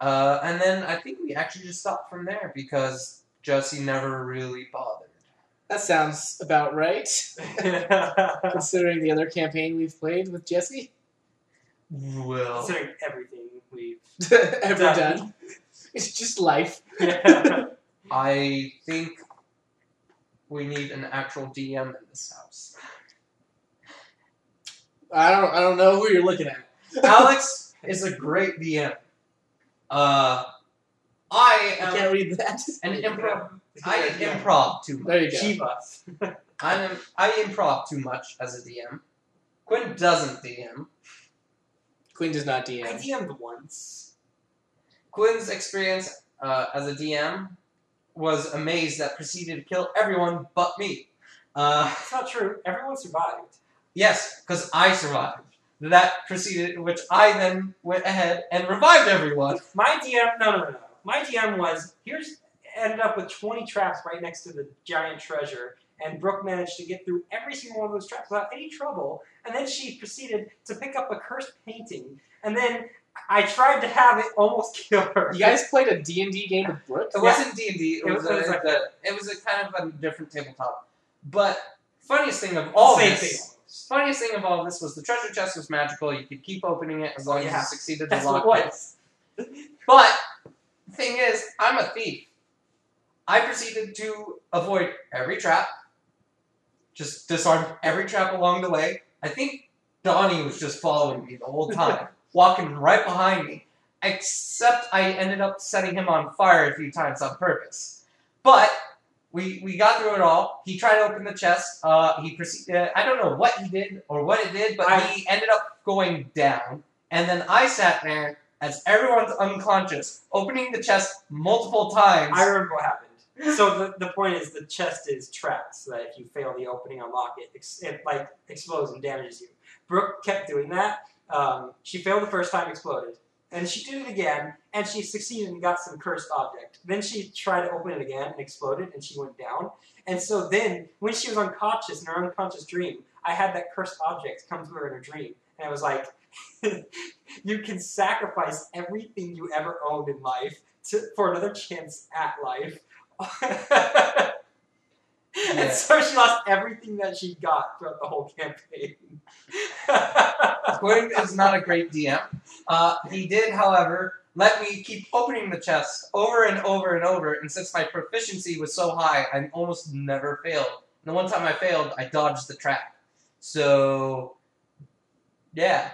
S3: Uh, and then I think we actually just stopped from there because Jesse never really bothered.
S1: that sounds about right, considering the other campaign we've played with Jesse.
S3: Well,
S2: Considering everything we've
S1: Ever
S2: Done.
S1: done. It's just life.
S2: Yeah.
S3: I think we need an actual DM in this house.
S1: I don't. I don't know who you're looking at.
S3: Alex is a great DM. Uh, I
S1: I
S3: am
S1: can't read that.
S3: an improv. I
S2: Yeah.
S3: improv too much.
S1: There you go.
S2: Chivas.
S3: I'm, I improv too much as a DM. Quinn doesn't DM.
S1: Queen does not
S2: I
S1: DM.
S2: DM'd once.
S3: Quinn's experience uh, as a DM was amazed that proceeded to kill everyone but me. Uh,
S2: It's not true. Everyone survived.
S3: Yes, because I survived. That proceeded, which I then went ahead and revived everyone.
S2: My DM, no, no, no, no. My DM was here's ended up with 20 traps right next to the giant treasure, and Brooke managed to get through every single one of those traps without any trouble. And then she proceeded to pick up a cursed painting, and then I tried to have it almost kill her.
S1: You guys played a D and D game with Brooke.
S3: It wasn't D and D. It
S2: It
S3: was
S2: was- it was
S3: a,
S2: like
S3: the- it was a kind of a different tabletop. But funniest thing of all
S2: Same
S3: this,
S2: thing. almost.
S3: funniest thing of all this was the treasure chest was magical. You could keep opening it as long
S2: Oh, Yeah.
S3: as you succeeded
S2: That's
S3: the
S2: what it
S3: lock. pick.
S2: was.
S3: But the thing is, I'm a thief. I proceeded to avoid every trap, just disarm every trap along the way. I think Donnie was just following me the whole time, walking right behind me. Except I ended up setting him on fire a few times on purpose. But we we got through it all. He tried to open the chest. Uh, he proceeded. Uh, I don't know what he did or what it did, but
S2: I-
S3: he ended up going down. And then I sat there as everyone's unconscious, opening the chest multiple times.
S2: I remember what happened. So the, the point is the chest is trapped so that if you fail the opening unlock it, ex- it like explodes and damages you. Brooke kept doing that. Um, she failed the first time, exploded. And she did it again, and she succeeded and got some cursed object. Then she tried to open it again and exploded, and she went down. And so then, when she was unconscious in her unconscious dream, I had that cursed object come to her in her dream, and I was like, "You can sacrifice everything you ever owned in life to, for another chance at life."
S3: Yeah.
S2: And so she lost everything that she got throughout the whole campaign.
S3: Quinn is not a great DM. Uh, he did, however, let me keep opening the chest over and over and over. And since my proficiency was so high, I almost never failed. And the one time I failed, I dodged the trap. So, yeah.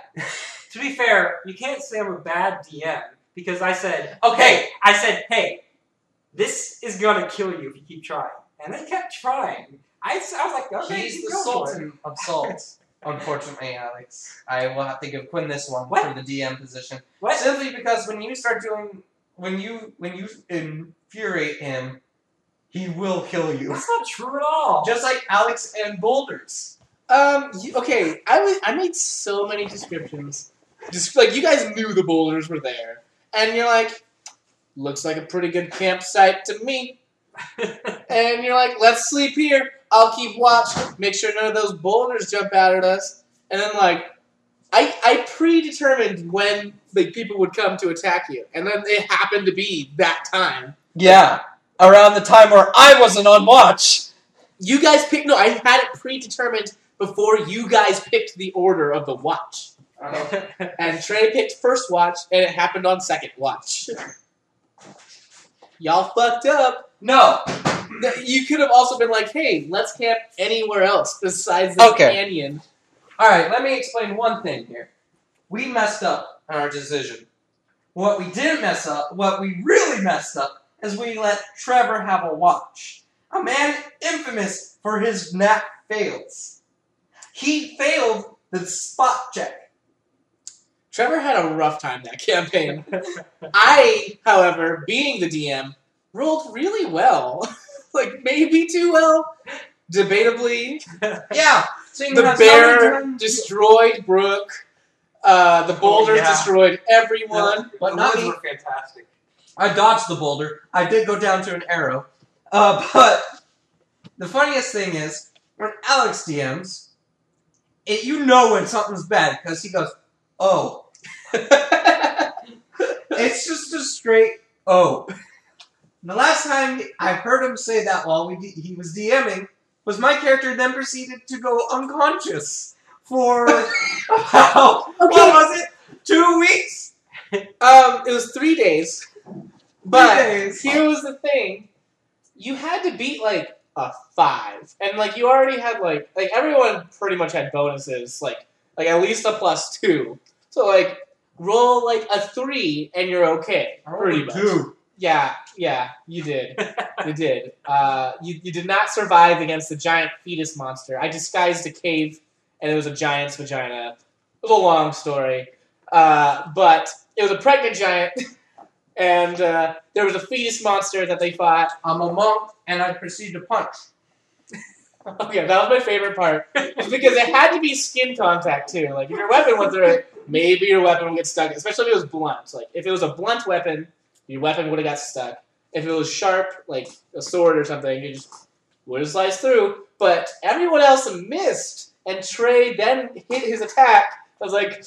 S2: to be fair, you can't say I'm a bad DM because I said,
S3: Okay.
S2: okay, I said, hey, this is gonna kill you if you keep trying, and they kept trying. I, s- I was like, okay,
S3: He's
S2: keep
S3: the
S2: going for it.
S3: Sultan of Salt. Unfortunately, Alex, I will have to give Quinn this one
S2: What?
S3: for the DM position.
S2: What?
S3: Simply because when you start doing, when you when you infuriate him, he will kill you.
S2: That's not true at all.
S3: Just like Alex and Boulders.
S1: Um. you- okay. I was. I made so many descriptions. Just like you guys knew the boulders were there, and you're like, looks like a pretty good campsite to me. And you're like, let's sleep here. I'll keep watch. Make sure none of those boulders jump out at us. And then like, I I predetermined when like people would come to attack you, and then it happened to be that time.
S3: Yeah, around the time where I wasn't on watch.
S1: You guys picked. No, I had it predetermined before you guys picked the order of the watch. And Trey picked first watch, and it happened on second watch. Y'all fucked up.
S3: No,
S1: No, You could have also been like, "Hey, let's camp anywhere else besides the
S3: Okay.
S1: canyon."
S3: all right. Let me explain one thing here. We messed up on our decision. What we didn't mess up, what we really messed up, is we let Trevor have a watch. A man infamous for his nat fails. He failed the spot check.
S1: Trevor had a rough time that campaign. I, however, being the DM, rolled really well, like maybe too well, debatably.
S3: Yeah. So you can
S1: The
S3: have someone
S1: bear
S3: join-
S1: destroyed Brooke. Uh, the boulders
S2: yeah.
S1: destroyed everyone.
S3: But
S2: the
S3: not
S2: woods
S3: me.
S2: were fantastic.
S3: I dodged the boulder. I did go down to an arrow. Uh, but the funniest thing is when Alex DMs, it, you know when something's bad because he goes, "Oh." it's just a straight "oh." The last time I heard him say that while we he was DMing was my character then proceeded to go unconscious for how what was it? Two weeks,
S1: Um, it was three days. But
S3: Three days.
S1: here was the thing: you had to beat like a five, and like you already had like like everyone pretty much had bonuses, like like at least a plus two. So like roll like a three, and you're okay.
S3: Oh,
S1: Pretty much.
S3: Two.
S1: Yeah, yeah, you did. you did. Uh, you, you did not survive against the giant fetus monster. I disguised a cave, and it was a giant's vagina. It was a long story. Uh, but it was a pregnant giant, and uh, there was a fetus monster that they fought.
S3: I'm a monk and I proceed to punch.
S1: Oh, yeah, that was my favorite part. because it had to be skin contact, too. Like, if your weapon went through it, maybe your weapon would get stuck, especially if it was blunt. Like, if it was a blunt weapon, your weapon would have got stuck. If it was sharp, like a sword or something, you just would have sliced through. But everyone else missed, and Trey then hit his attack. I was like,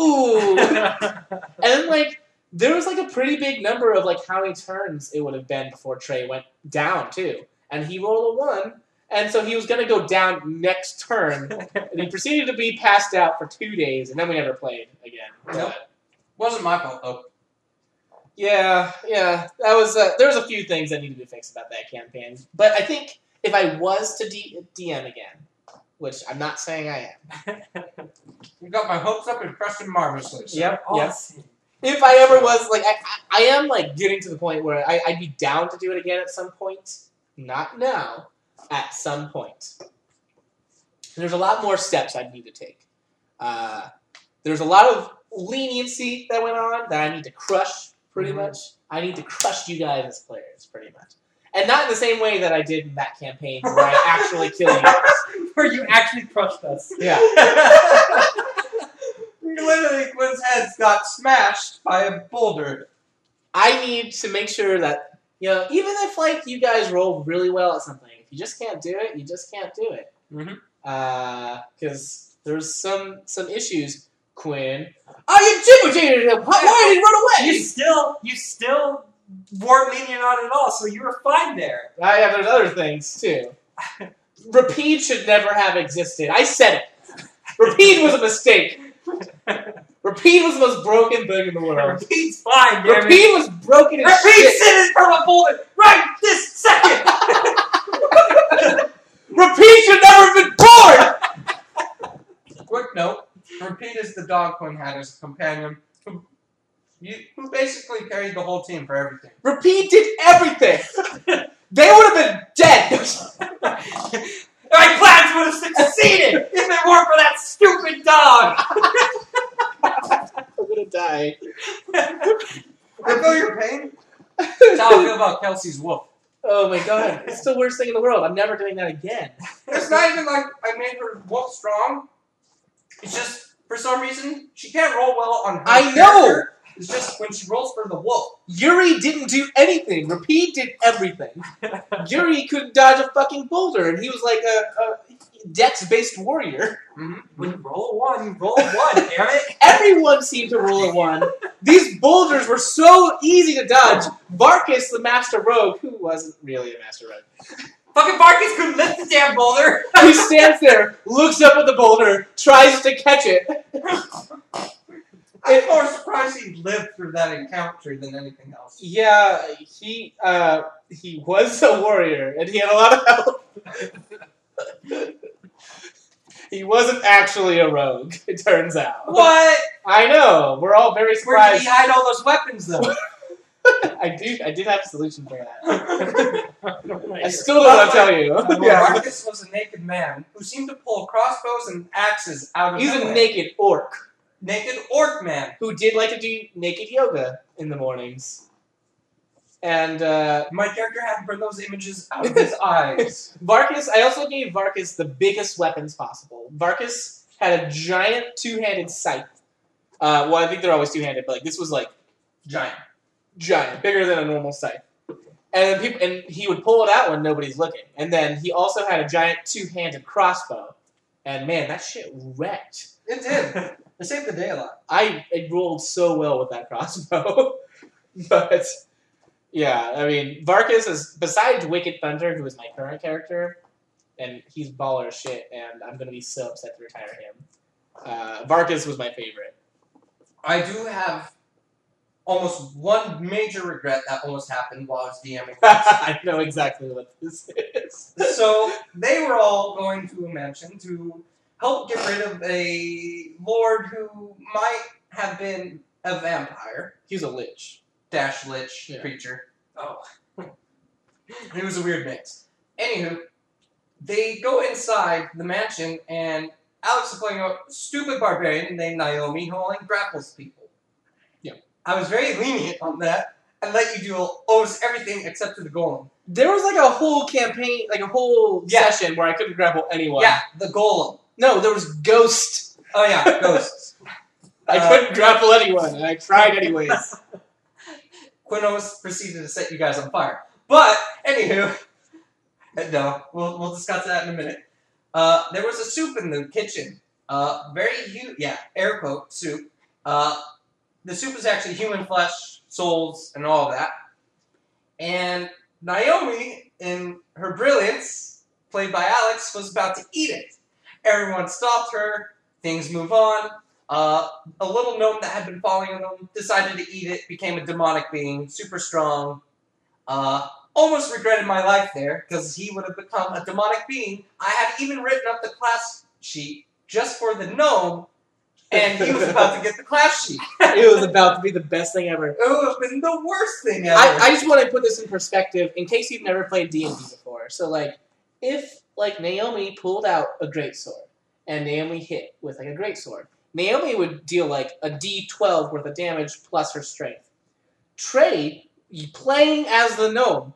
S1: ooh. and then, like, there was like a pretty big number of like how many turns it would have been before Trey went down too, and he rolled a one, and so he was gonna go down next turn, and he proceeded to be passed out for two days, and then we never played again.
S3: Nope.
S1: But-
S3: Wasn't my fault though.
S1: yeah, yeah. That was uh, there was a few things that needed to be fixed about that campaign, but I think if I was to D- DM again, which I'm not saying I am,
S3: You got my hopes up and Preston marvelously. sir.
S1: Yep,
S2: All
S1: yep.
S2: seen.
S1: if I ever was like, I, I, I am like getting to the point where I, I'd be down to do it again at some point. Not now, at some point. There's a lot more steps I'd need to take. Uh, there's a lot of leniency that went on that I need to crush. Pretty
S2: Mhm.
S1: much, I need to crush you guys as players. Pretty much, and not in the same way that I did in that campaign where I actually kill you.
S2: Where you actually crushed us.
S1: Yeah.
S3: Literally, Quinn's head got smashed by a boulder.
S1: I need to make sure that you know, even if like you guys roll really well at something, if you just can't do it, you just can't do it. Because
S2: Mhm.
S1: there's some some issues. Quinn, are you jibbering? Why why did he run
S2: You
S1: away?
S2: still, you still weren't lenient on it all, so you were fine there.
S1: I have there's other things too. Rapide should never have existed. I said it. Rapide was a mistake. Rapide was the most broken thing in the world.
S2: Repeat's fine, damn it.
S1: Rapide was broken as
S2: Repeat
S1: shit.
S2: sentence from a bullet right this second.
S1: Rapide should never have been born.
S3: Quick note: Repeat is the dog Quinn had as a companion, who, you, who basically carried the whole team for everything.
S1: Repeat did everything. they would have been dead.
S2: My plans would have succeeded if it weren't for that stupid dog.
S1: I'm gonna die.
S3: I feel your pain. That's how I feel about Kelsey's wolf.
S1: oh my god, it's the worst thing in the world. I'm never doing that again.
S3: It's not even like I made her wolf strong. It's just for some reason she can't roll well on her.
S1: I know!
S3: character. It's just when she rolls for the wolf.
S1: Yuri didn't do anything. Repeat did everything. Yuri couldn't dodge a fucking boulder, and he was like a, a dex-based warrior.
S2: When you roll one, you roll one, damn it.
S1: Everyone seemed to roll a one. These boulders were so easy to dodge. Varkas, the master rogue, who wasn't really a master rogue,
S2: Fucking Marcus couldn't lift the damn boulder.
S1: he stands there, looks up at the boulder, tries to catch it,
S3: I'm more surprised he lived through that encounter than anything else.
S1: Yeah, he uh, he was a warrior, and he had a lot of help. he wasn't actually a rogue, it turns out.
S3: What?
S1: I know. We're all very
S3: Where did
S1: surprised.
S3: he hide all those weapons though?
S1: I do. I did have a solution for that. I
S2: That's
S1: still don't want to tell you.
S3: Well, Marcus was a naked man who seemed to pull crossbows and axes out of
S1: He's a
S3: nowhere.
S1: naked orc
S3: naked orc man.
S1: who did like to do naked yoga in the mornings. And uh,
S3: My character had to burn those images out of his eyes.
S1: Varkas, I also gave Varkas the biggest weapons possible. Varkas had a giant two-handed scythe. Uh, well, I think they're always two-handed, but like this was like
S3: Giant.
S1: giant, bigger than a normal scythe. And then people, and he would pull it out when nobody's looking. And then he also had a giant two-handed crossbow. And man, that shit wrecked.
S3: It did. It saved the day a lot.
S1: I, I rolled so well with that crossbow. but yeah, I mean, Varkas is besides Wicked Thunder, who is my current character, and he's baller as shit, and I'm gonna be so upset to retire him. Uh, Varkas was my favorite.
S3: I do have almost one major regret that almost happened while I was DMing.
S1: I know exactly what this is.
S3: so they were all going to a mansion to help get rid of a lord who might have been a vampire
S1: He's a lich.
S3: dash lich
S1: Yeah.
S3: creature.
S2: Oh,
S3: It was a weird mix. Anywho, they go inside the mansion and Alex is playing a stupid barbarian named Naomi who only grapples people.
S1: Yeah.
S3: I was very lenient on that. I let you do almost everything except for the golem.
S1: There was like a whole campaign, like a whole
S3: Yeah.
S1: session where I couldn't grapple anyone.
S3: Yeah, the golem.
S1: No, there was ghost.
S3: Oh yeah, ghosts.
S1: I
S3: Uh,
S1: couldn't grapple anyone, and I tried anyways.
S3: Quinos proceeded to set you guys on fire. But anywho, and no, we'll we'll discuss that in a minute. Uh, there was a soup in the kitchen. Uh, very huge. Yeah, air quote soup. Uh, the soup was actually human flesh, souls, and all that. And Naomi, in her brilliance, played by Alex, was about to eat it. Everyone stopped her. Things move on. Uh, a little gnome that had been following them decided to eat it, became a demonic being, super strong. Uh, almost regretted my life there because he would have become a demonic being. I had even written up the class sheet just for the gnome, and he was about to get the class sheet.
S1: it was about to be the best thing ever.
S3: It would have Oh, been the worst thing ever.
S1: I, I just want to put this in perspective in case you've never played D and D before. So like, if like Naomi pulled out a great sword and Naomi hit with like a great sword, Naomi would deal like a D twelve worth of damage plus her strength. Trey, you playing as the gnome,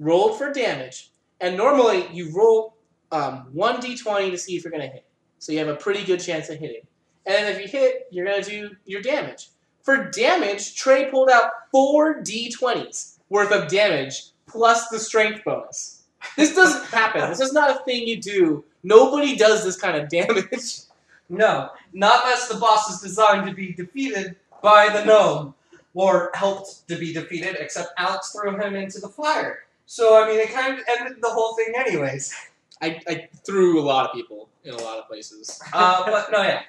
S1: rolled for damage, and normally you roll um, one D twenty to see if you're gonna hit. So you have a pretty good chance of hitting. And then if you hit, you're gonna do your damage. For damage, Trey pulled out four d20s worth of damage plus the strength bonus. This doesn't happen. This is not a thing you do. Nobody does this kind of damage.
S3: No, not unless the boss is designed to be defeated by the gnome, or helped to be defeated, except Alex threw him into the fire. So, I mean, it kind of ended the whole thing, anyways.
S1: I, I threw a lot of people in a lot of places.
S3: Uh, but no, yeah.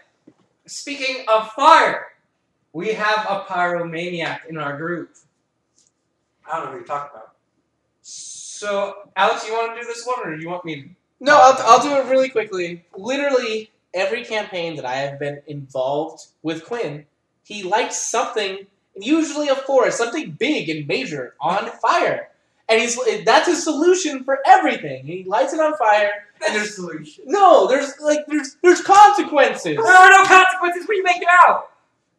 S3: Speaking of fire, we have a pyromaniac in our group.
S2: I don't know who you're talking about.
S3: So, Alex, you want to do this one, or do you want me to?
S1: No, I'll, I'll do it really quickly. Literally, every campaign that I have been involved with Quinn, he lights something, usually a forest, something big and major, on fire. And he's that's his solution for everything. He lights it on fire, and there's
S2: solution.
S1: No, there's like there's there's consequences.
S2: There are no consequences. We make it out.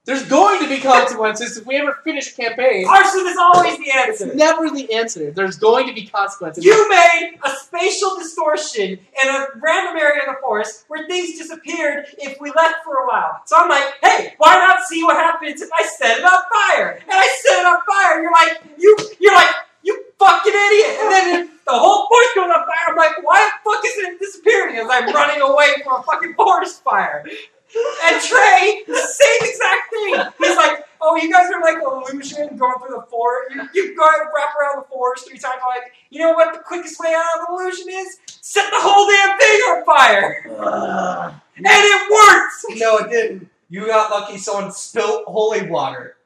S1: There's going to be consequences if we ever finish a campaign.
S2: Arson is always the
S1: It's
S2: answer.
S1: never the answer. There's going to be consequences.
S2: You made a spatial distortion in a random area of the forest where things disappeared if we left for a while. So I'm like, hey, why not see what happens if I set it on fire? And I set it on fire, and you're like, you, you're like, you fucking idiot. And then the whole forest goes on fire. I'm like, why the fuck is it disappearing as I'm running away from a fucking forest fire? And Trey, the same exact thing. He's like, oh, you guys are like illusion going through the forest. You, you go and wrap around the forest three times. Like, you know what the quickest way out of an illusion is? Set the whole damn thing on fire. And it worked
S3: No, it didn't. You got lucky. Someone spilled holy water.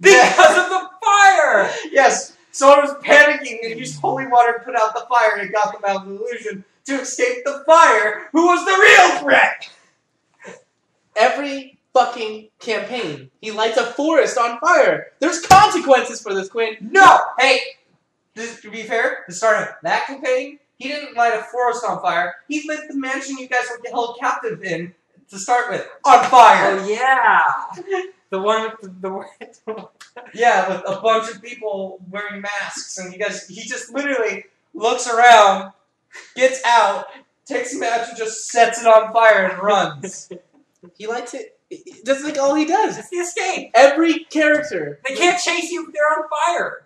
S2: because of the fire.
S3: Yes, someone was panicking and used holy water to put out the fire and got them out of the illusion to escape the fire, who was the real threat!
S1: Every fucking campaign, he lights a forest on fire. There's consequences for this, Quinn.
S3: No! Hey, this, to be fair, the start of that campaign, he didn't light a forest on fire. He lit the mansion you guys were held captive in to start with on fire.
S2: Oh, yeah. The one with the, the
S3: Yeah, with a bunch of people wearing masks, and he guys, he just literally looks around, gets out, takes a match, and just sets it on fire and runs.
S1: He likes it. That's like all he does.
S2: It's the escape.
S1: Every character,
S2: They can't chase you. They're on fire.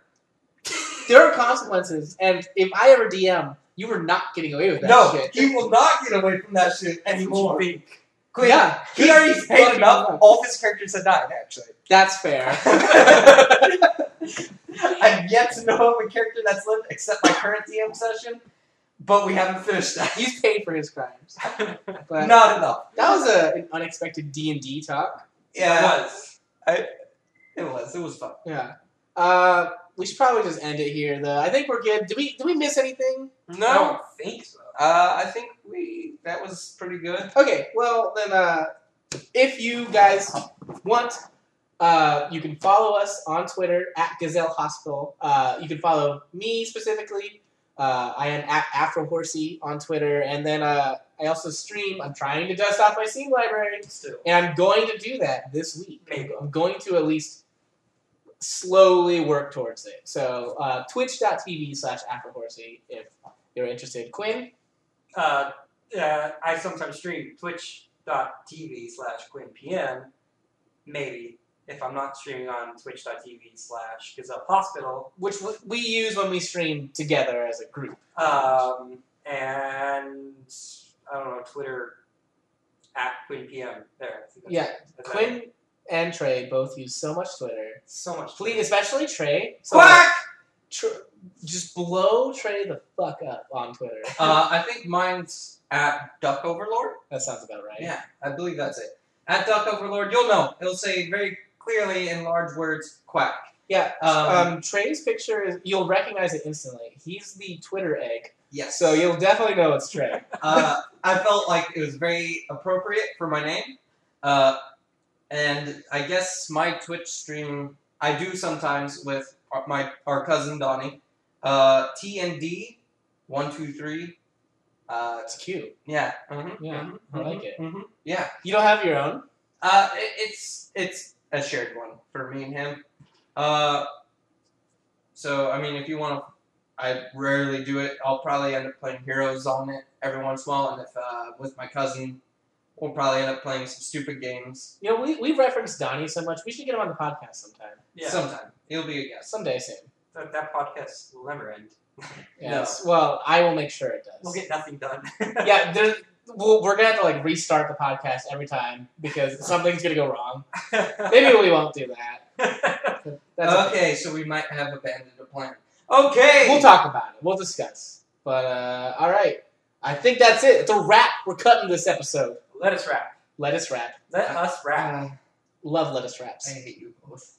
S1: there are consequences, and if I ever DM, you are not getting away with that
S3: no,
S1: shit.
S3: he will not get away from that shit anymore.
S2: Think.
S3: Quick,
S1: Yeah,
S3: he already
S1: he's
S3: paid
S1: fucking
S3: enough.
S1: nuts.
S3: All of his characters have died, actually.
S1: That's fair.
S3: I've yet to know of a character that's lived except my current DM session, but we haven't finished that.
S1: He's paid for his crimes, but
S3: Not enough.
S1: that was a, an unexpected D and D talk.
S3: Yeah,
S2: It was.
S3: it was. It was fun.
S1: Yeah. Uh, we should probably just end it here, though. I think we're good. Did we? Did we miss anything?
S2: I don't think so.
S3: Uh, I think we that was pretty good.
S1: Okay, well then, uh, if you guys want, uh, you can follow us on Twitter at Gazelle Hospital. Uh, you can follow me specifically. Uh, I am at AfroHorsey on Twitter, and then uh, I also stream. I'm trying to dust off my scene library,
S2: Still.
S1: and I'm going to do that this week.
S2: Maybe.
S1: I'm going to at least slowly work towards it. So uh, twitch.tv slash AfroHorsey if you're interested. Quinn,
S2: Uh, uh, I sometimes stream twitch.tv slash QuinnPM, maybe, if I'm not streaming on twitch.tv slash Gazelle Hospital.
S1: which w- we use when we stream together as a group.
S2: Um, and I don't know, Twitter at QuinnPM. There. I think that's-
S1: Yeah,
S2: that's it.
S1: Quinn and Trey both use so much Twitter.
S2: So much.
S1: Please, especially Trey. So
S3: Quack!
S1: Tr- just blow Trey the fuck up on Twitter.
S3: Uh, I think mine's at Duck Overlord.
S1: that sounds about right.
S3: Yeah, I believe that's it. At Duck Overlord, you'll know. It'll say very clearly in large words, quack.
S1: Yeah,
S3: Um,
S1: Um, Trey's picture is you'll recognize it instantly. He's the Twitter egg,
S3: yes.
S1: so you'll definitely know it's Trey.
S3: uh, I felt like it was very appropriate for my name. Uh, and I guess my Twitch stream, I do sometimes with our, my our cousin Donnie. Uh, TND123. Uh,
S1: That's cute.
S3: yeah. mhm,
S1: Yeah,
S3: mhm,
S1: I like
S3: mhm,
S1: it.
S3: mhm, Yeah.
S1: You don't have your own.
S3: Uh, it, it's it's a shared one for me and him. Uh, so I mean, if you want to, I rarely do it. I'll probably end up playing Heroes on it every once in a while, and if uh, with my cousin, we'll probably end up playing some stupid games
S1: You know, we we referenced Donnie so much. We should get him on the podcast sometime,
S2: Yeah,
S3: sometime. He'll be a guest.
S1: someday soon.
S2: that, that podcast will never end.
S1: Yes. Well, I will make sure it does.
S2: We'll get nothing done.
S1: yeah, there's, well, we're gonna have to like restart the podcast every time because something's gonna go wrong. Maybe we won't do that. That's okay.
S3: okay, so we might have abandoned a plan. Okay,
S1: We'll talk about it. We'll discuss. But uh, all right, I think that's it. It's a wrap. We're cutting this episode.
S2: Let us wrap.
S1: Let us wrap.
S2: Let us wrap.
S3: Ah,
S1: Love lettuce
S3: I
S1: wraps.
S3: hate you both.